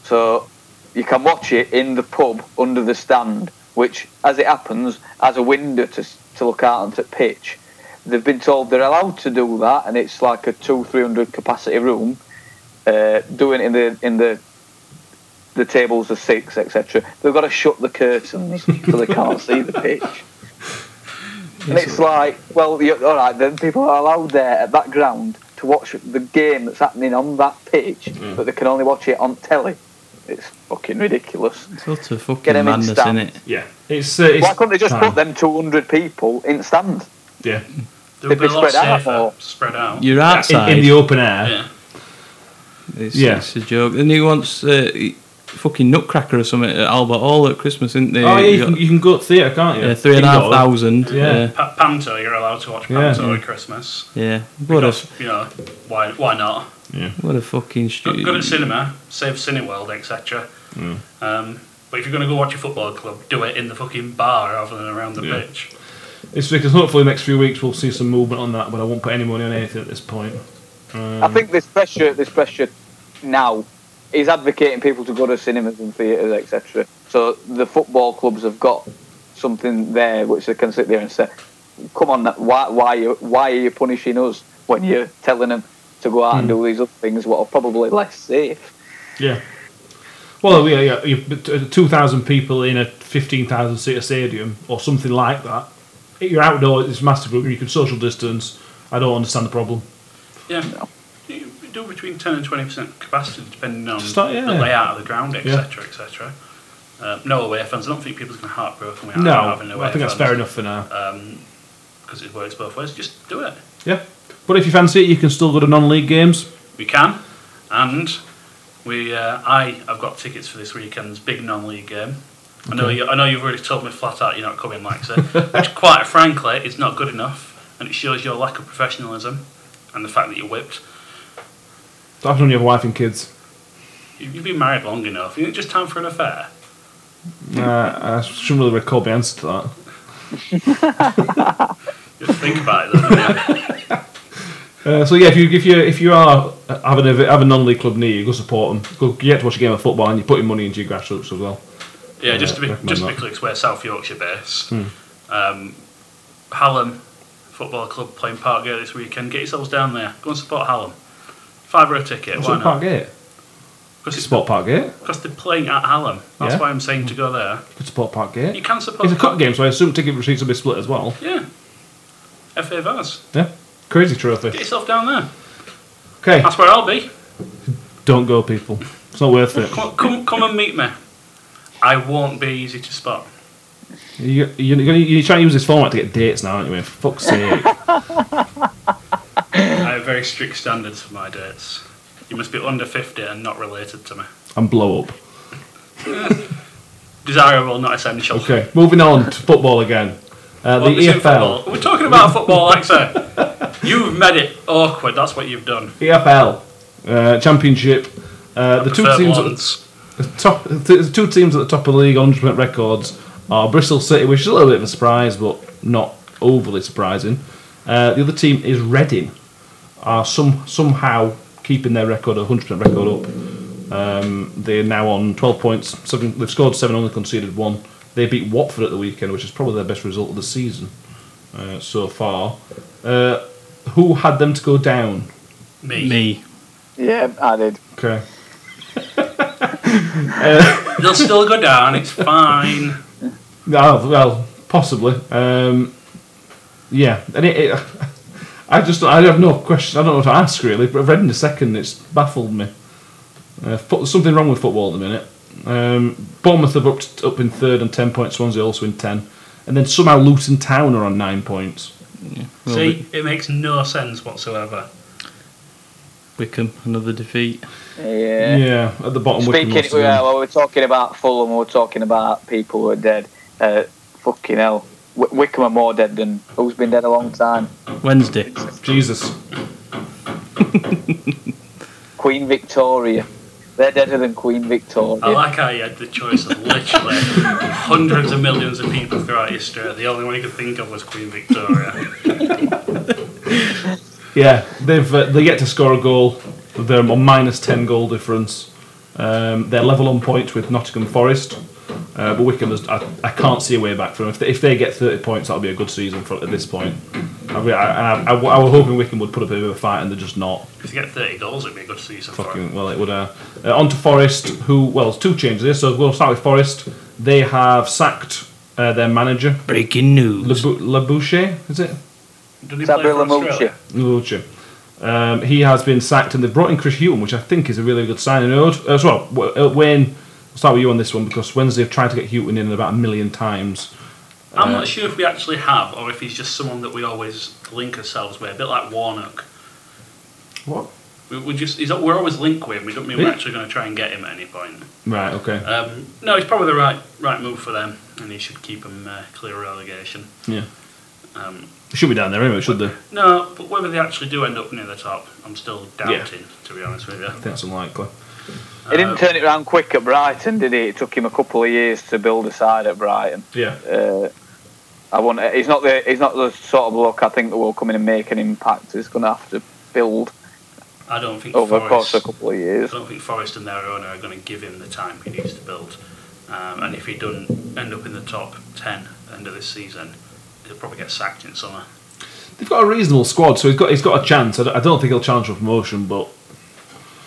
Speaker 4: so you can watch it in the pub under the stand, which, as it happens, has a window to to look out onto the pitch. They've been told they're allowed to do that, and it's like a two three hundred capacity room. Uh, doing it in the in the the tables of six, etc. They've got to shut the curtains so they can't see the pitch. And it's like, well, you all right, then people are allowed there at that ground to watch the game that's happening on that pitch, but they can only watch it on telly. It's fucking ridiculous.
Speaker 2: Sort of fucking
Speaker 4: Get 'em in
Speaker 2: madness,
Speaker 4: stand.
Speaker 2: innit?
Speaker 1: Yeah, it's, uh, it's
Speaker 4: Why couldn't they just
Speaker 1: fine.
Speaker 4: put them 200 people in stand?
Speaker 1: Yeah,
Speaker 3: They would
Speaker 4: They'd
Speaker 3: be a
Speaker 4: be
Speaker 3: lot
Speaker 4: spread out,
Speaker 3: safer,
Speaker 4: or-
Speaker 3: spread out.
Speaker 2: You're outside.
Speaker 1: in, in the open air.
Speaker 3: Yeah.
Speaker 2: It's,
Speaker 1: Yeah.
Speaker 2: it's a joke. And he wants uh, he- fucking Nutcracker or something at Albert Hall at Christmas, isn't they?
Speaker 1: Oh yeah,
Speaker 2: You
Speaker 1: you can,
Speaker 2: got,
Speaker 1: you can go to theatre, can't you?
Speaker 2: uh, three and a half
Speaker 1: Indoors.
Speaker 2: thousand.
Speaker 1: Yeah.
Speaker 2: Yeah.
Speaker 3: Pa- Panto, you're allowed to watch
Speaker 1: Yeah.
Speaker 3: Panto at Christmas.
Speaker 2: yeah. What a,
Speaker 3: Because, you know, why, why not?
Speaker 2: what a fucking
Speaker 3: Go,
Speaker 2: stupid.
Speaker 3: go
Speaker 1: Mm.
Speaker 3: to the cinema, save Cineworld, etc. Um, but if you're going to go watch a football club, do it in the fucking bar rather than around the
Speaker 1: Yeah.
Speaker 3: pitch.
Speaker 1: It's because hopefully the next few weeks we'll see some movement on that, but I won't put any money on anything at this point.
Speaker 4: I think this pressure, this pressure now, is advocating people to go to cinemas and theatres, etc. So the football clubs have got something there which they can sit there and say, "Come on, why, why, you- why are you punishing us when you're telling them to go out and do these other things, what are probably less safe?"
Speaker 1: Yeah. Well, yeah, yeah, you- but, uh, 2,000 people in a 15,000 seat stadium or something like that. You're outdoors, it's massive, you can social distance. I don't understand the problem.
Speaker 3: Yeah. You you do between 10 and 20% capacity depending on
Speaker 1: Start-
Speaker 3: the
Speaker 1: yeah.
Speaker 3: layout of the ground,
Speaker 1: Yeah.
Speaker 3: etc. etc. Uh, no away fans. I don't think people's going to heartbroken with
Speaker 1: No,
Speaker 3: having away
Speaker 1: I think that's
Speaker 3: fans.
Speaker 1: fair enough for now.
Speaker 3: Because Um, it works both ways. Just do it.
Speaker 1: Yeah. But if you fancy it, you can still go to non league games.
Speaker 3: We can. And we, uh, I have got tickets for this weekend's big non league game. I know, you, I know you've already told me flat out you're not coming, Max, eh? [LAUGHS] which quite frankly is not good enough, and it shows your lack of professionalism and the fact that you're whipped.
Speaker 1: That happens when you have a wife and kids.
Speaker 3: You- You've been married long enough. Isn't it just time for an affair?
Speaker 1: Uh, I shouldn't really recall the answer to that.
Speaker 3: Just think about it. Then,
Speaker 1: Uh, so yeah, if you if you if you are having a have a non-league club near you, go support them. Go you get to watch a game of football, and you're putting money into your grassroots as well.
Speaker 3: [LAUGHS] yeah, just to be
Speaker 1: recommend
Speaker 3: just to be
Speaker 1: that.
Speaker 3: clear, 'cause we're South Yorkshire based.
Speaker 1: Hmm.
Speaker 3: Um, Hallam Football Club playing Parkgate this weekend. Get yourselves down there. Go and support Hallam. Five euro ticket.
Speaker 1: What's
Speaker 3: why
Speaker 1: up, Park
Speaker 3: not?
Speaker 1: Gate?
Speaker 3: Because it's
Speaker 1: Support Park Gate.
Speaker 3: because they're playing at Hallam. That's
Speaker 1: Yeah.
Speaker 3: why I'm saying to go there.
Speaker 1: Could support Park
Speaker 3: You
Speaker 1: Gate.
Speaker 3: can support.
Speaker 1: It's a cup game, so I assume ticket receipts will be split as well.
Speaker 3: Yeah. FA Vars.
Speaker 1: Yeah, crazy
Speaker 3: Get
Speaker 1: trophy.
Speaker 3: yourself down there.
Speaker 1: Okay,
Speaker 3: That's where I'll be.
Speaker 1: don't go, people. It's not worth it.
Speaker 3: Come, come, come and meet me. I won't be easy to spot.
Speaker 1: You, you, you're, you're trying to use this format to get dates now, aren't you? For fuck's sake.
Speaker 3: I have very strict standards for my dates. You must be under 50 and not related to me.
Speaker 1: and blow up.
Speaker 3: Desirable, not essential.
Speaker 1: Okay, moving on to football again. Uh,
Speaker 3: Well,
Speaker 1: the
Speaker 3: this ain't
Speaker 1: EFL.
Speaker 3: football. We're talking about football, Alexa. You've made it awkward. That's what you've done.
Speaker 1: EFL E uh, Championship. Uh, the two
Speaker 3: Prefer
Speaker 1: teams.
Speaker 3: blondes.
Speaker 1: top the two teams at the top of the league on 100 point records are Bristol City, which is a little bit of a surprise, but not overly surprising. Uh, the other team is Reading, are some somehow keeping their record, 100 percent record up. Um, they're now on 12 points. Seven, they've scored seven, only conceded one. They beat Watford at the weekend, which is probably their best result of the season uh, so far. Uh, who had them to go down?
Speaker 3: Me.
Speaker 2: Me.
Speaker 4: Yeah, Um, I did.
Speaker 1: Okay.
Speaker 3: They'll still go down.
Speaker 1: [LAUGHS]
Speaker 3: It's fine.
Speaker 1: Oh, well, possibly. Um, yeah, and it, it, [LAUGHS] I just I have no question. I don't know what to ask really. But reading the second, it's baffled me. Uh, fo- something wrong with football at the minute. Um, Bournemouth are up, up in third on ten points. Swansea also in ten, and then somehow Luton Town are on nine points.
Speaker 3: See, it makes no sense whatsoever.
Speaker 2: Wickham, another defeat.
Speaker 4: Yeah.
Speaker 1: Yeah, at the bottom. Wickham
Speaker 4: Speaking,
Speaker 1: lost
Speaker 4: well,
Speaker 1: again.
Speaker 4: we were talking about Fulham, we were talking about people who are dead. Uh, fucking hell. W- Wickham are more dead than who's been dead a long time.
Speaker 2: Wednesday.
Speaker 1: Jesus,
Speaker 4: Queen Victoria. They're deader than Queen Victoria.
Speaker 3: I like how you had the choice of
Speaker 1: [LAUGHS]
Speaker 3: literally hundreds of millions of people throughout history. The only one you could think of was Queen Victoria.
Speaker 1: Yeah, they've uh, they get to score a goal. They're on minus ten goal difference. Um, they're level on points with Nottingham Forest, uh, but Wickham is, I, I can't see a way back for them. If they, if they get thirty points, that'll be a good season for at this point. I, mean, I, I, I, I was hoping Wickham would put up a bit of a fight, and they're just not.
Speaker 3: If you get 30 goals, it'd be a good season for him.
Speaker 1: Fucking well, it would. Uh, uh, on to Forest, who well, it's two changes here. So we'll start with Forest. They have sacked uh, their manager
Speaker 2: Breaking news.
Speaker 1: Labou- Labouche, is it?
Speaker 3: Did he play
Speaker 4: Sabri
Speaker 3: for Australia?
Speaker 4: Lamouche.
Speaker 1: Lucha. Um, he has been sacked, and they've brought in Chris Hewton, which I think is a really good signing. And Ode- As well, w- uh, Wayne, I'll start with you on this one because Wednesday have tried to get Hewton in about a million times.
Speaker 3: I'm
Speaker 1: Uh,
Speaker 3: not sure if we actually have, or if he's just someone that we always link ourselves with, a bit like Warnock.
Speaker 1: What?
Speaker 3: We, we just he's, we're always linked with him. We don't mean we're
Speaker 1: Yeah.
Speaker 3: actually going to try and get him at any point.
Speaker 1: Right. Okay.
Speaker 3: Um, no, it's probably the right right move for them, and he should keep them uh, clear of relegation.
Speaker 1: yeah.
Speaker 3: Um,
Speaker 1: They should be down there anyway, should they? I
Speaker 3: no, but whether they actually do end up near the top, I'm still
Speaker 1: Yeah.
Speaker 3: doubting, to be honest with you.
Speaker 1: think that's unlikely.
Speaker 4: He
Speaker 3: Oh.
Speaker 4: didn't turn it around quick at Brighton, did he? It took him a couple of years to build a side at Brighton.
Speaker 1: Yeah.
Speaker 4: Uh, I want. uh, He's not the. He's not the sort of bloke I think that will come in and make an impact. He's going to have to build
Speaker 3: I don't think
Speaker 4: over the course
Speaker 3: Forest,
Speaker 4: of a couple of years.
Speaker 3: I don't think Forest and their owner are going to give him the time he needs to build. Um, and if he doesn't end up in the top ten at the end of this season, he'll probably get sacked in summer.
Speaker 1: They've got a reasonable squad, so he's got he's got a chance. I don't, I don't think he'll challenge for promotion, but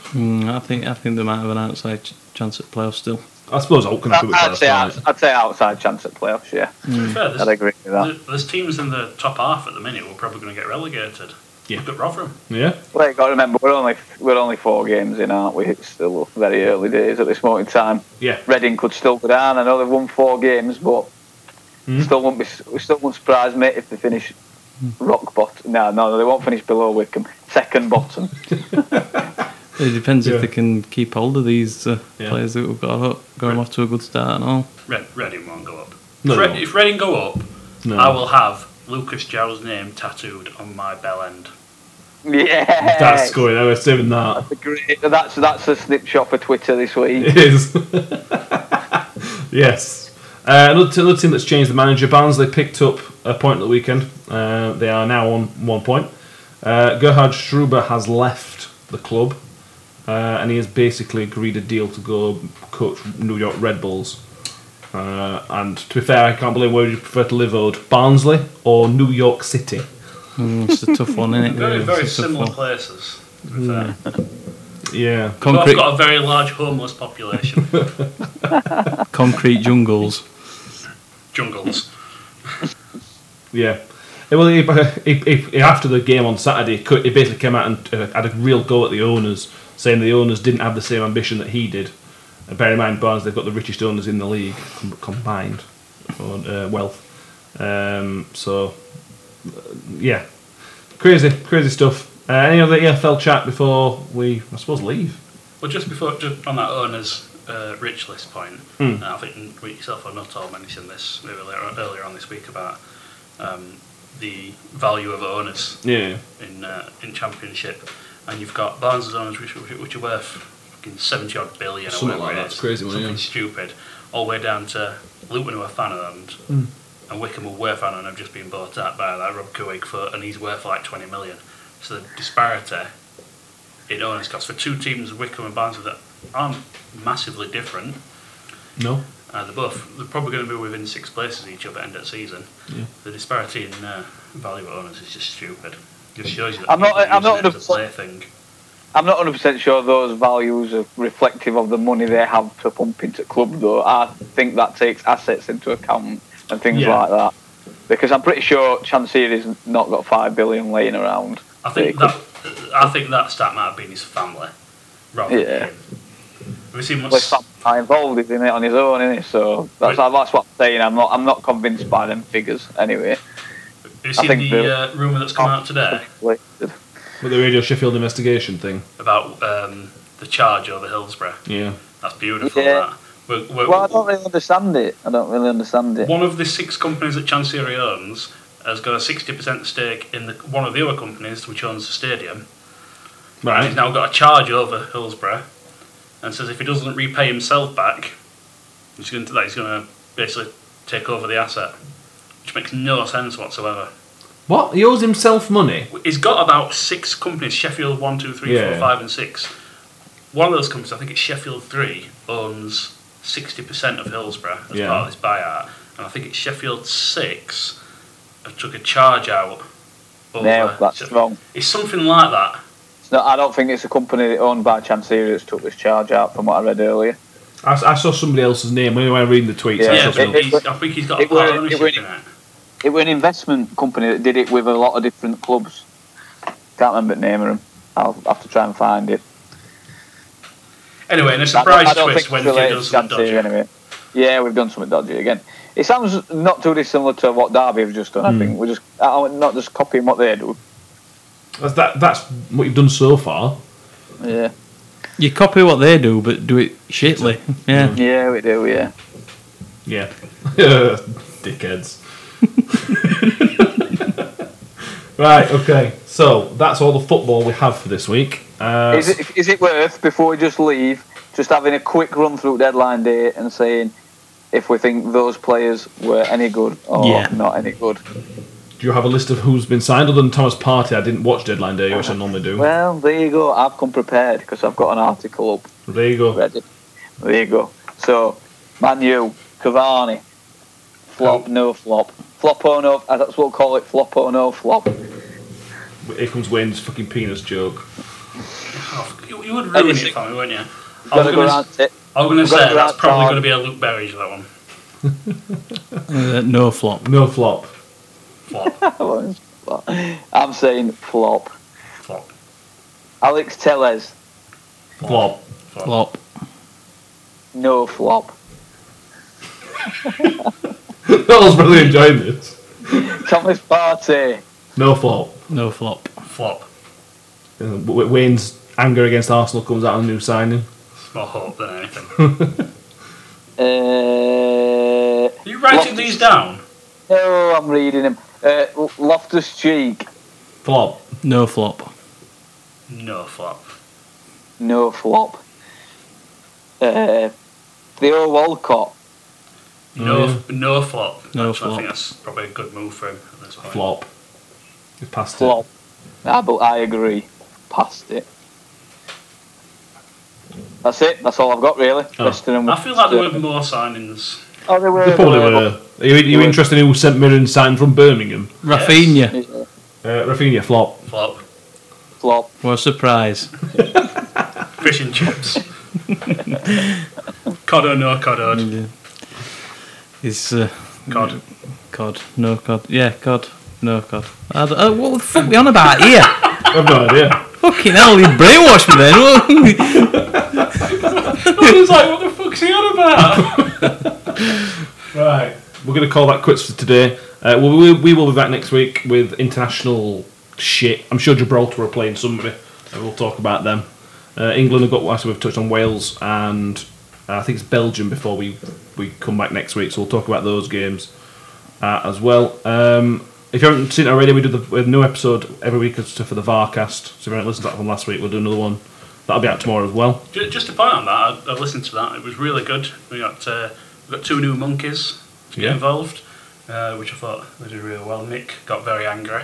Speaker 2: Hmm, Mm, I think I think they might have an outside ch- chance at playoffs still.
Speaker 1: I suppose Alt can have a bit
Speaker 4: I'd,
Speaker 1: better
Speaker 4: say
Speaker 1: start.
Speaker 4: outs- I'd say outside chance at playoffs, yeah.
Speaker 3: To
Speaker 1: Mm.
Speaker 3: be fair,
Speaker 4: I'd
Speaker 3: there's,
Speaker 4: agree with that.
Speaker 3: there- there's teams in the top half at the minute who are probably going to get relegated.
Speaker 1: Yeah.
Speaker 3: Look at Rotherham.
Speaker 1: Yeah,
Speaker 4: Well, you've got to remember, we're only, we're only four games in, aren't we? It's still very early days at this moment in time.
Speaker 1: yeah.
Speaker 4: Reading could still go down. I know they've won four games, but
Speaker 1: Hmm.
Speaker 4: still won't be still won't surprise me if they finish rock bottom. No, no, they won't finish below Wickham, second bottom. [LAUGHS]
Speaker 2: It depends
Speaker 1: Yeah.
Speaker 2: if they can keep hold of these uh,
Speaker 1: Yeah.
Speaker 2: players that we've got up, going off to a good start and all.
Speaker 3: Red, Reading won't go up.
Speaker 1: No,
Speaker 3: if,
Speaker 1: they
Speaker 3: Red,
Speaker 1: won't.
Speaker 3: if Reading go up,
Speaker 1: No.
Speaker 3: I will have Lucas Jow's name tattooed on my bell end.
Speaker 4: Yeah,
Speaker 1: That's scoring. I was saving that.
Speaker 4: That's a great. That's that's a snapshot for Twitter this week.
Speaker 1: It is. [LAUGHS] yes. Uh, another, t- another team that's changed the manager, Barnsley picked up a point at the weekend. Uh, they are now on one point. Uh, Gerhard Struber has left the club uh, and he has basically agreed a deal to go coach New York Red Bulls. Uh, and to be fair, I can't believe where you prefer to live, Ode. Barnsley or New York City?
Speaker 2: Mm, it's a tough
Speaker 3: [LAUGHS]
Speaker 2: one, isn't it?
Speaker 3: Very, very
Speaker 2: it's a tough
Speaker 3: similar
Speaker 2: one.
Speaker 3: places. To be fair.
Speaker 1: Yeah.
Speaker 3: I've
Speaker 2: Concrete,
Speaker 3: got a very large homeless population.
Speaker 1: [LAUGHS]
Speaker 2: concrete jungles.
Speaker 3: Jungles.
Speaker 1: Yeah. Yeah, Well, [LAUGHS] he, he, he- he- after the game on Saturday, he cou- he basically came out and uh, had a real go at the owners, saying the owners didn't have the same ambition that he did. And bear in mind, Barnes, they've got the richest owners in the league com- combined or, uh, wealth. Um, so, uh, yeah, crazy, crazy stuff. Uh, any other EFL chat before we, I suppose, leave?
Speaker 3: Well, just before, just on that owner's uh, rich list point,
Speaker 1: Hmm.
Speaker 3: uh, I think yourself or Nuttall mentioned this maybe later on, earlier on this week about um, the value of owners
Speaker 1: Yeah.
Speaker 3: in uh, in Championship, and you've got Barnes' owners which, which, which are worth fucking seventy odd billion or
Speaker 1: Something
Speaker 3: whatever
Speaker 1: like
Speaker 3: it
Speaker 1: that,
Speaker 3: is.
Speaker 1: it's crazy money,
Speaker 3: something
Speaker 1: yeah.
Speaker 3: stupid, all the way down to Luton who are fan owned, and Wickham who were fan owned have just been bought out by that Rob Kuig for, and he's worth like twenty million. So the disparity in owners costs for two teams, Wickham and Barnes, that aren't massively different.
Speaker 1: No?
Speaker 3: Uh, they're both they're probably going to be within six places each other end of season.
Speaker 1: Yeah.
Speaker 3: The disparity in uh, value of owners is just stupid. Just shows you that
Speaker 4: I'm not-
Speaker 3: people use
Speaker 4: I'm not
Speaker 3: it as a play
Speaker 4: gonna-
Speaker 3: thing.
Speaker 4: I'm not 100 percent sure those values are reflective of the money they have to pump into club, though. I think that takes assets into account and things
Speaker 1: Yeah.
Speaker 4: like that. Because I'm pretty sure Chancery's not got five billion laying around.
Speaker 3: I think
Speaker 4: Yeah,
Speaker 3: that I think that stat might have been his family, rather than
Speaker 4: Yeah.
Speaker 3: him. Have you seen
Speaker 4: Well,
Speaker 3: what's
Speaker 4: Sam's not involved is in it on his own, isn't he? So that's that's what I'm saying. I'm not I'm not convinced by them figures anyway.
Speaker 3: have you
Speaker 4: I think
Speaker 3: seen
Speaker 4: Bill-
Speaker 3: the uh, rumor that's come out today
Speaker 4: Well,
Speaker 1: But the Radio Sheffield investigation thing.
Speaker 3: about um, the charge over Hillsborough?
Speaker 1: Yeah.
Speaker 3: That's beautiful.
Speaker 4: Yeah.
Speaker 3: That. We're, we're,
Speaker 4: I don't really understand it. I don't really understand it.
Speaker 3: one of the six companies that Chancery owns has got a sixty percent stake in the, one of the other companies which owns the stadium. And he's
Speaker 1: Right.
Speaker 3: now got a charge over Hillsborough, and says if he doesn't repay himself back, he's going to that he's going to basically take over the asset, which makes no sense whatsoever.
Speaker 1: What? He owes himself money?
Speaker 3: He's got about six companies: Sheffield one, two, three, four, five,
Speaker 1: Yeah.
Speaker 3: and six. One of those companies, I think it's Sheffield three, owns sixty percent of Hillsborough as
Speaker 1: Yeah.
Speaker 3: part of this buyout, and I think it's Sheffield six have took a charge out. Over
Speaker 4: No, that's
Speaker 3: Shef-
Speaker 4: wrong.
Speaker 3: It's something like that.
Speaker 4: It's not, I don't think it's a company owned by Chancery that's took this charge out from what I read earlier.
Speaker 1: I, I saw somebody else's name when I was reading the tweets.
Speaker 4: Yeah,
Speaker 1: I
Speaker 3: Yeah,
Speaker 1: saw
Speaker 3: I, think
Speaker 1: somebody-
Speaker 4: it-
Speaker 3: he's, I think he's got a
Speaker 4: it were-
Speaker 3: part
Speaker 4: it
Speaker 3: ownership
Speaker 4: were-
Speaker 3: in it.
Speaker 4: It were an investment company that did it with a lot of different clubs. Can't remember the name of them. I'll have to try and find it.
Speaker 3: Anyway, and a
Speaker 4: I don't-
Speaker 3: surprise
Speaker 4: I don't
Speaker 3: twist
Speaker 4: think
Speaker 3: when
Speaker 4: it's
Speaker 3: he
Speaker 4: related
Speaker 3: does
Speaker 4: to
Speaker 3: some
Speaker 4: Chancery
Speaker 3: dodgy.
Speaker 4: anyway. Yeah, we've done something dodgy again. It sounds not too dissimilar to what Derby have just done. I think we're just I'm not just copying what they do.
Speaker 1: That's, that, that's what you've done so far.
Speaker 4: Yeah,
Speaker 2: You copy what they do, but do it shitly. [LAUGHS] Yeah.
Speaker 4: yeah, we do. Yeah,
Speaker 1: Yeah. [LAUGHS] Dickheads. [LAUGHS] right, okay. So, that's all the football we have for this week. Uh,
Speaker 4: is it is it worth before we just leave just having a quick run through deadline day and saying if we think those players were any good or
Speaker 2: Yeah.
Speaker 4: not any good?
Speaker 1: do you have a list of who's been signed other than Thomas Party? I didn't watch deadline day, which I normally do.
Speaker 4: Well, there you go. I've come prepared because I've got an article up
Speaker 1: there you go.
Speaker 4: ready. There you go. So, Manu, Cavani, flop, no flop, flop or no. That's what we'll call it. Flop or no flop.
Speaker 1: Here comes Wayne's fucking penis joke.
Speaker 3: Oh, you, you would
Speaker 4: I
Speaker 3: ruin
Speaker 4: just
Speaker 3: it for me, wouldn't you? I was
Speaker 4: Gotta go
Speaker 3: gonna s-
Speaker 4: round to- [LAUGHS]
Speaker 3: I I'm going to
Speaker 4: We've got
Speaker 3: say
Speaker 4: to
Speaker 3: that's
Speaker 4: go
Speaker 3: probably
Speaker 4: outside.
Speaker 3: going to be a Luke Berridge, that one.
Speaker 2: Uh, no flop.
Speaker 1: No flop.
Speaker 4: [LAUGHS]
Speaker 3: Flop.
Speaker 4: I'm saying flop.
Speaker 3: Flop.
Speaker 4: Alex Tellez,
Speaker 1: Flop. [LAUGHS]
Speaker 3: Flop.
Speaker 2: Flop.
Speaker 4: no flop.
Speaker 1: I was really enjoying this.
Speaker 4: Thomas Partey,
Speaker 1: No flop.
Speaker 2: No flop.
Speaker 3: Flop.
Speaker 1: Uh, W- W- Wayne's anger against Arsenal comes out on a new signing. [LAUGHS]
Speaker 3: It's more hope than anything. Are
Speaker 4: uh,
Speaker 3: you writing
Speaker 4: Flop.
Speaker 3: these down?
Speaker 4: no, I'm reading him. Uh, Loftus Cheek,
Speaker 1: Flop.
Speaker 2: No flop.
Speaker 3: No flop.
Speaker 4: no flop. Uh, Theo Walcott,
Speaker 3: No,
Speaker 1: yeah.
Speaker 3: no flop.
Speaker 2: No
Speaker 3: Actually, I think
Speaker 2: flop.
Speaker 3: that's probably a good move for him at this point.
Speaker 1: Flop. We passed
Speaker 4: flop. I, bu- I agree. Past it. That's it. That's all I've got really.
Speaker 1: Oh.
Speaker 4: West Ham-
Speaker 3: I feel like there were more signings.
Speaker 4: Oh, they
Speaker 1: it.
Speaker 4: were.
Speaker 1: They probably
Speaker 4: they
Speaker 1: were. uh, Are you, are you
Speaker 4: Were-
Speaker 1: interested in who St Mirren signed from Birmingham?
Speaker 2: Rafinha.
Speaker 4: Yeah,
Speaker 1: Uh, Rafinha, flop.
Speaker 3: Flop.
Speaker 4: Flop.
Speaker 2: What a surprise.
Speaker 3: Fish and chips. [LAUGHS] Coddo, no
Speaker 2: Mm,
Speaker 3: coddo.
Speaker 2: It's uh,
Speaker 3: Cod.
Speaker 2: cod. No cod. Yeah, cod. No cod. I don't- uh, what the fuck we on about [LAUGHS] here?
Speaker 1: I've no idea.
Speaker 2: Fucking hell, you brainwashed me [LAUGHS] then.
Speaker 3: I was like, what the fuck's he on about? right.
Speaker 1: We're going to call that quits for today. Uh, we, we, we will be back next week with international shit. I'm sure Gibraltar are playing somebody, and we'll talk about them. Uh, England have got, I said we've touched on Wales, and uh, I think it's Belgium before we, we come back next week, so we'll talk about those games uh, as well. Um, if you haven't seen it already, we do the we have a new episode every week as to- for the VARcast. So if you haven't listened to that from last week, we'll do another one. That'll be out tomorrow as well.
Speaker 3: Ju- Just a point on that, I, I listened to that. It was really good. We got uh, we got two new monkeys to get
Speaker 1: Yeah.
Speaker 3: involved, uh, which I thought they did really well. Nick got very angry,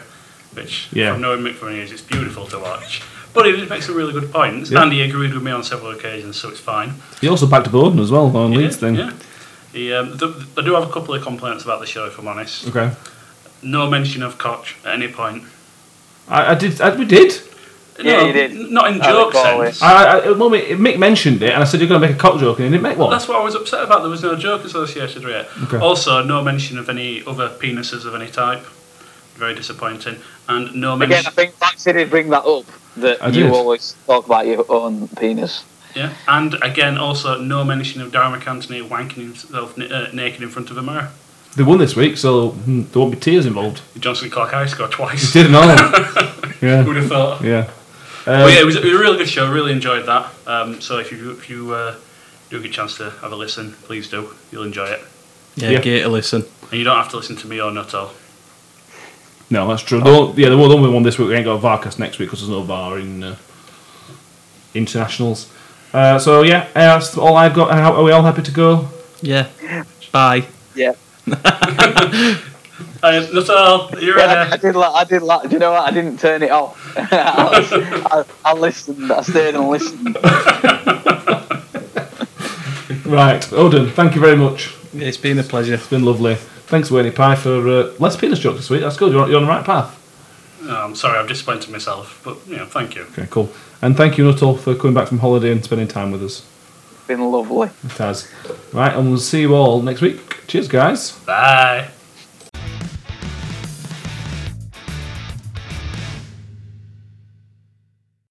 Speaker 3: which
Speaker 1: Yeah.
Speaker 3: from knowing Mick for years, it's beautiful to watch. But he did make some really good points,
Speaker 1: Yeah.
Speaker 3: and he agreed with me on several occasions, so it's fine.
Speaker 1: He also backed up Odin as well on
Speaker 3: He
Speaker 1: Leeds
Speaker 3: did,
Speaker 1: thing.
Speaker 3: Yeah. He, um, th- I do have a couple of complaints about the show, if I'm honest.
Speaker 1: Okay,
Speaker 3: No mention of Koch at any point.
Speaker 1: I, I did. I, we did.
Speaker 4: Yeah,
Speaker 3: no,
Speaker 4: you did.
Speaker 3: n- Not in
Speaker 4: I
Speaker 3: joke
Speaker 4: recall it.
Speaker 3: sense.
Speaker 1: I, I, at the moment, Mick mentioned it, and I said you're going to make a cock joke, and he didn't make one.
Speaker 3: That's what I was upset about. There was no joke associated with it.
Speaker 1: Okay.
Speaker 3: Also, no mention of any other penises of any type. Very disappointing. And no mention.
Speaker 4: Again, I think Maxi did bring that up that
Speaker 1: I
Speaker 4: you
Speaker 1: did.
Speaker 4: always talk about your own penis.
Speaker 3: yeah. And again, also no mention of Darma Anthony wanking himself n- uh, naked in front of a mirror.
Speaker 1: They won this week, so hmm, there won't be tears involved.
Speaker 3: Johnson Clark High scored
Speaker 1: It
Speaker 3: twice.
Speaker 1: did and all.
Speaker 3: [LAUGHS] Who
Speaker 1: yeah,
Speaker 3: would have thought?
Speaker 1: yeah.
Speaker 3: But yeah,
Speaker 1: Um,
Speaker 3: it was, it was a really good show. Really enjoyed that. Um, so if you if you uh, do get a chance to have a listen, please do. You'll enjoy it.
Speaker 2: yeah,
Speaker 1: Yeah.
Speaker 2: yeah, get a listen.
Speaker 3: And you don't have to listen to me or Nuttall.
Speaker 1: no, that's true. Though, yeah, there was only one this week. We ain't got a VARcast next week because there's no VAR in uh, internationals. Uh, so yeah, uh, that's all I've got. How- Are we all happy to go?
Speaker 2: Yeah. Bye.
Speaker 4: Yeah,
Speaker 3: Uh, Nuttall, you're
Speaker 4: yeah. I, I
Speaker 3: ready.
Speaker 4: did. Like, I did. Like, do you know what? I didn't turn it off. [LAUGHS] I, was- I, I listened. I stayed and listened.
Speaker 1: Right, Odin. Thank you very much.
Speaker 2: It's been a pleasure.
Speaker 1: It's been lovely. Thanks, Wayne Pie, for uh, less penis jokes this week. That's good. You're, on- you're on the right path.
Speaker 3: Oh, I'm sorry, I've disappointed myself. But you know, thank you.
Speaker 1: Okay, cool. And thank you, Nuttall, for coming back from holiday and spending time with us.
Speaker 4: It's been lovely.
Speaker 1: It has. Right, and we'll see you all next week. Cheers, guys.
Speaker 3: Bye.